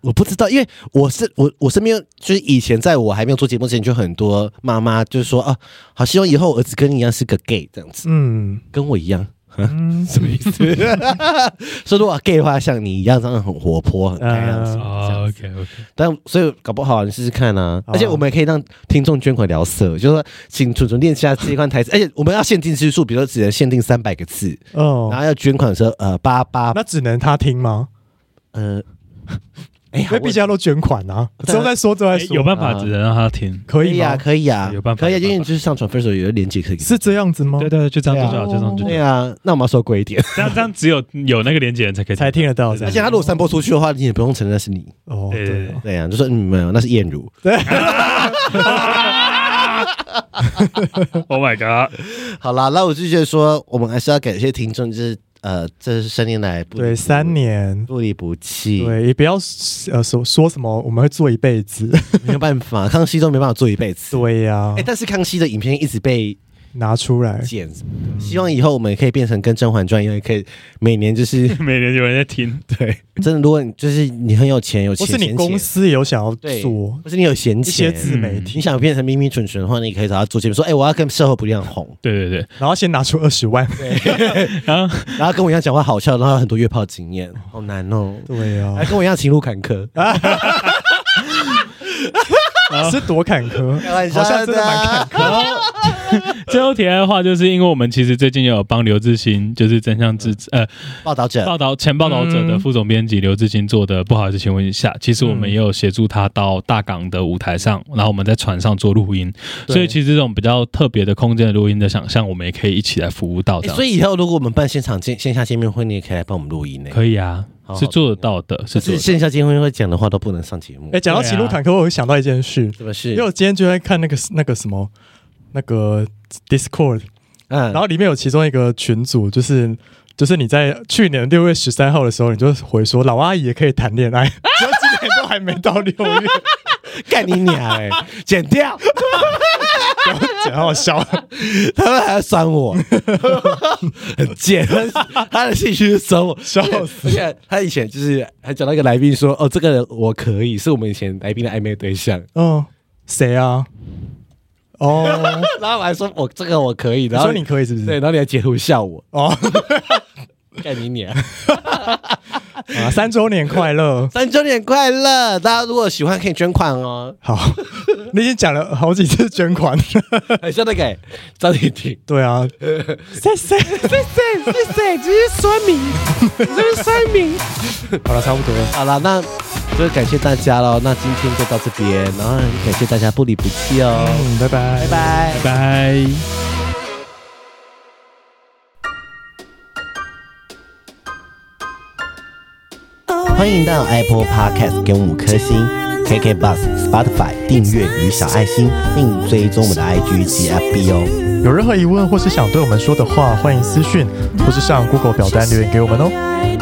[SPEAKER 2] 我不知道，因为我是我我身边就是以前在我还没有做节目之前，就很多妈妈就是说啊，好希望以后我儿子跟你一样是个 gay 这样子，
[SPEAKER 1] 嗯
[SPEAKER 2] 跟我一样。
[SPEAKER 1] 嗯，
[SPEAKER 2] 什么意思？说如果 gay 的话，像你一样，这样很活泼，很
[SPEAKER 1] 呃
[SPEAKER 2] 开朗
[SPEAKER 1] 嗯
[SPEAKER 2] 什么这
[SPEAKER 3] 哦
[SPEAKER 2] 样子。
[SPEAKER 3] ，OK OK，
[SPEAKER 2] 但所以搞不好你试试看啊！
[SPEAKER 1] 好啊
[SPEAKER 2] 而且我们也可以让听众捐款聊色，就是说请纯纯练习一下这一款台词，而且我们要限定次数，比如说只能限定三百个字，然
[SPEAKER 1] 哦，
[SPEAKER 2] 后要捐款的时候，呃，八八，
[SPEAKER 1] 那只能他听吗？
[SPEAKER 2] 呃， 哎呀
[SPEAKER 1] 因为毕竟他都捐款啊，之
[SPEAKER 2] 对啊
[SPEAKER 1] 后再说，之后再
[SPEAKER 3] 哎
[SPEAKER 1] 说。
[SPEAKER 3] 有办法只能让他听。
[SPEAKER 1] 可
[SPEAKER 2] 可
[SPEAKER 1] 以
[SPEAKER 2] 以啊，
[SPEAKER 1] 吗？
[SPEAKER 2] 可以啊，
[SPEAKER 3] 有办法
[SPEAKER 2] 可以啊，
[SPEAKER 3] 有办法
[SPEAKER 2] 因为你就是上传分手有的连接可以给。
[SPEAKER 1] 是这样子吗？
[SPEAKER 3] 对对对，就这样就
[SPEAKER 2] 对
[SPEAKER 3] 好，
[SPEAKER 2] 啊
[SPEAKER 3] 就这
[SPEAKER 1] 嗯
[SPEAKER 3] 样就
[SPEAKER 2] 对
[SPEAKER 3] 好。
[SPEAKER 2] 啊，那我们要收规一点，
[SPEAKER 3] 这样这样只有有那个连接人才可以
[SPEAKER 1] 才听得到这
[SPEAKER 2] 而
[SPEAKER 1] 样。
[SPEAKER 2] 且他如果散播出去的话，你也不用承认那是你。
[SPEAKER 1] 哦，
[SPEAKER 3] 对对
[SPEAKER 1] 对
[SPEAKER 3] 对
[SPEAKER 1] 哦，
[SPEAKER 2] 对啊，就说嗯，没有，那是燕如。
[SPEAKER 3] Oh my god！
[SPEAKER 2] 好啦，那我就觉得说，我们还是要感谢听众，就是呃，这是三年来 不
[SPEAKER 1] 对，三年，
[SPEAKER 2] 不离不弃，
[SPEAKER 1] 对，也不要呃说说什么，我们会做一辈 子。
[SPEAKER 2] 没有办法，康熙都没办法做一辈子。
[SPEAKER 1] 对呀
[SPEAKER 2] 哎、，但是康熙的影片一直被
[SPEAKER 1] 拿出来。
[SPEAKER 2] 剪，希望以后我们可以变成跟《甄嬛传》一样，可以每年就是
[SPEAKER 3] 每年有人在听，对，
[SPEAKER 2] 真的，如果你就是你很有钱，有
[SPEAKER 1] 或
[SPEAKER 2] 钱，
[SPEAKER 1] 是你
[SPEAKER 2] 闲
[SPEAKER 1] 公
[SPEAKER 2] 钱
[SPEAKER 1] 司也有想要
[SPEAKER 2] 对
[SPEAKER 1] 做
[SPEAKER 2] 或是你有闲
[SPEAKER 1] 一些
[SPEAKER 2] 钱，
[SPEAKER 1] 自媒
[SPEAKER 2] 你
[SPEAKER 1] 体，
[SPEAKER 2] 想变成咪咪蠢蠢的话，你可以找他做节目，说哎、我要跟社会不一样红，
[SPEAKER 3] 对对
[SPEAKER 1] 然后先拿出二十万。
[SPEAKER 3] 对。然后
[SPEAKER 2] 然后跟我一样讲话好笑，然后有很多约炮经验，好难哦。
[SPEAKER 1] 对呀
[SPEAKER 2] 还，跟我一样情路坎坷，
[SPEAKER 1] 是多坎坷，
[SPEAKER 2] 哎开玩笑啊
[SPEAKER 1] 好像真的蛮坎坷。
[SPEAKER 3] 然后最后提到的话，就是因为我们其实最近有帮刘志新，就是真相之呃
[SPEAKER 2] 报道者
[SPEAKER 3] 报道前报道者的副总编辑刘志新做的，不好意思，请问一下，其实我们也有协助他到大港的舞台上，然后我们在船上做录音，
[SPEAKER 1] 对
[SPEAKER 3] 所以其实这种比较特别的空间的录音的想象，我们也可以一起来服务到
[SPEAKER 2] 欸
[SPEAKER 3] 这样。
[SPEAKER 2] 所以以后如果我们办现场见线下见面会，你也可以来帮我们录音呢、
[SPEAKER 3] 可以啊
[SPEAKER 2] 好，好
[SPEAKER 3] 是做得到的，是
[SPEAKER 2] 可是
[SPEAKER 3] 做得到的
[SPEAKER 2] 线下见面会讲的话都不能上节目，
[SPEAKER 1] 哎，讲到歧路坎坷，我又想到一件事，
[SPEAKER 2] 是不
[SPEAKER 1] 因
[SPEAKER 2] 是
[SPEAKER 1] 为？我今天就在看那个那个什么那个 Discord，
[SPEAKER 2] 嗯
[SPEAKER 1] 然后里面有其中一个群组，就是就是你在去年六月十三号的时候，你就回说老阿姨也可以谈恋爱， 只要今年都还没到六月，
[SPEAKER 2] 干你娘、 欸！剪掉，
[SPEAKER 1] 讲好笑。
[SPEAKER 2] 他们还要酸我，很贱。他的兴趣是酸我，
[SPEAKER 1] 笑死！
[SPEAKER 2] 而且 他以前就是还讲到一个来宾说：“哦，这个人我可以，是我们以前来宾的暧昧 对象。
[SPEAKER 1] 嗯，谁啊？哦，”
[SPEAKER 2] 然后我还说：“我这个我可以。”
[SPEAKER 1] 你
[SPEAKER 2] 然后
[SPEAKER 1] 说你可以是不
[SPEAKER 2] 对，
[SPEAKER 1] 是？
[SPEAKER 2] 然后你还截图笑我，
[SPEAKER 1] 哦，
[SPEAKER 2] 干你娘！
[SPEAKER 1] 啊，三周年快乐！
[SPEAKER 2] 三周年快乐！大家如果喜欢可以捐款哦，
[SPEAKER 1] 好，你已经讲了好几次捐款 了。
[SPEAKER 2] 很像那个欸张婷婷。
[SPEAKER 1] 对 啊，谢谢。
[SPEAKER 2] 谁是谁？这是酸民，这是酸民。
[SPEAKER 1] 好了，差不多了。
[SPEAKER 2] 好了，那就感谢大家喽。那今天就到这边，然后很感谢大家不离不弃哦，
[SPEAKER 1] 嗯，拜拜
[SPEAKER 2] 拜。拜。
[SPEAKER 3] 拜。
[SPEAKER 2] 欢迎到 Apple Podcast 给我们五颗星，KK Bus、Spotify 订阅与小爱心，并追踪我们的 IG 及 FB 哦。
[SPEAKER 1] 有任何疑问或是想对我们说的话，欢迎私讯或是上 Google 表单留言给我们哦。
[SPEAKER 4] I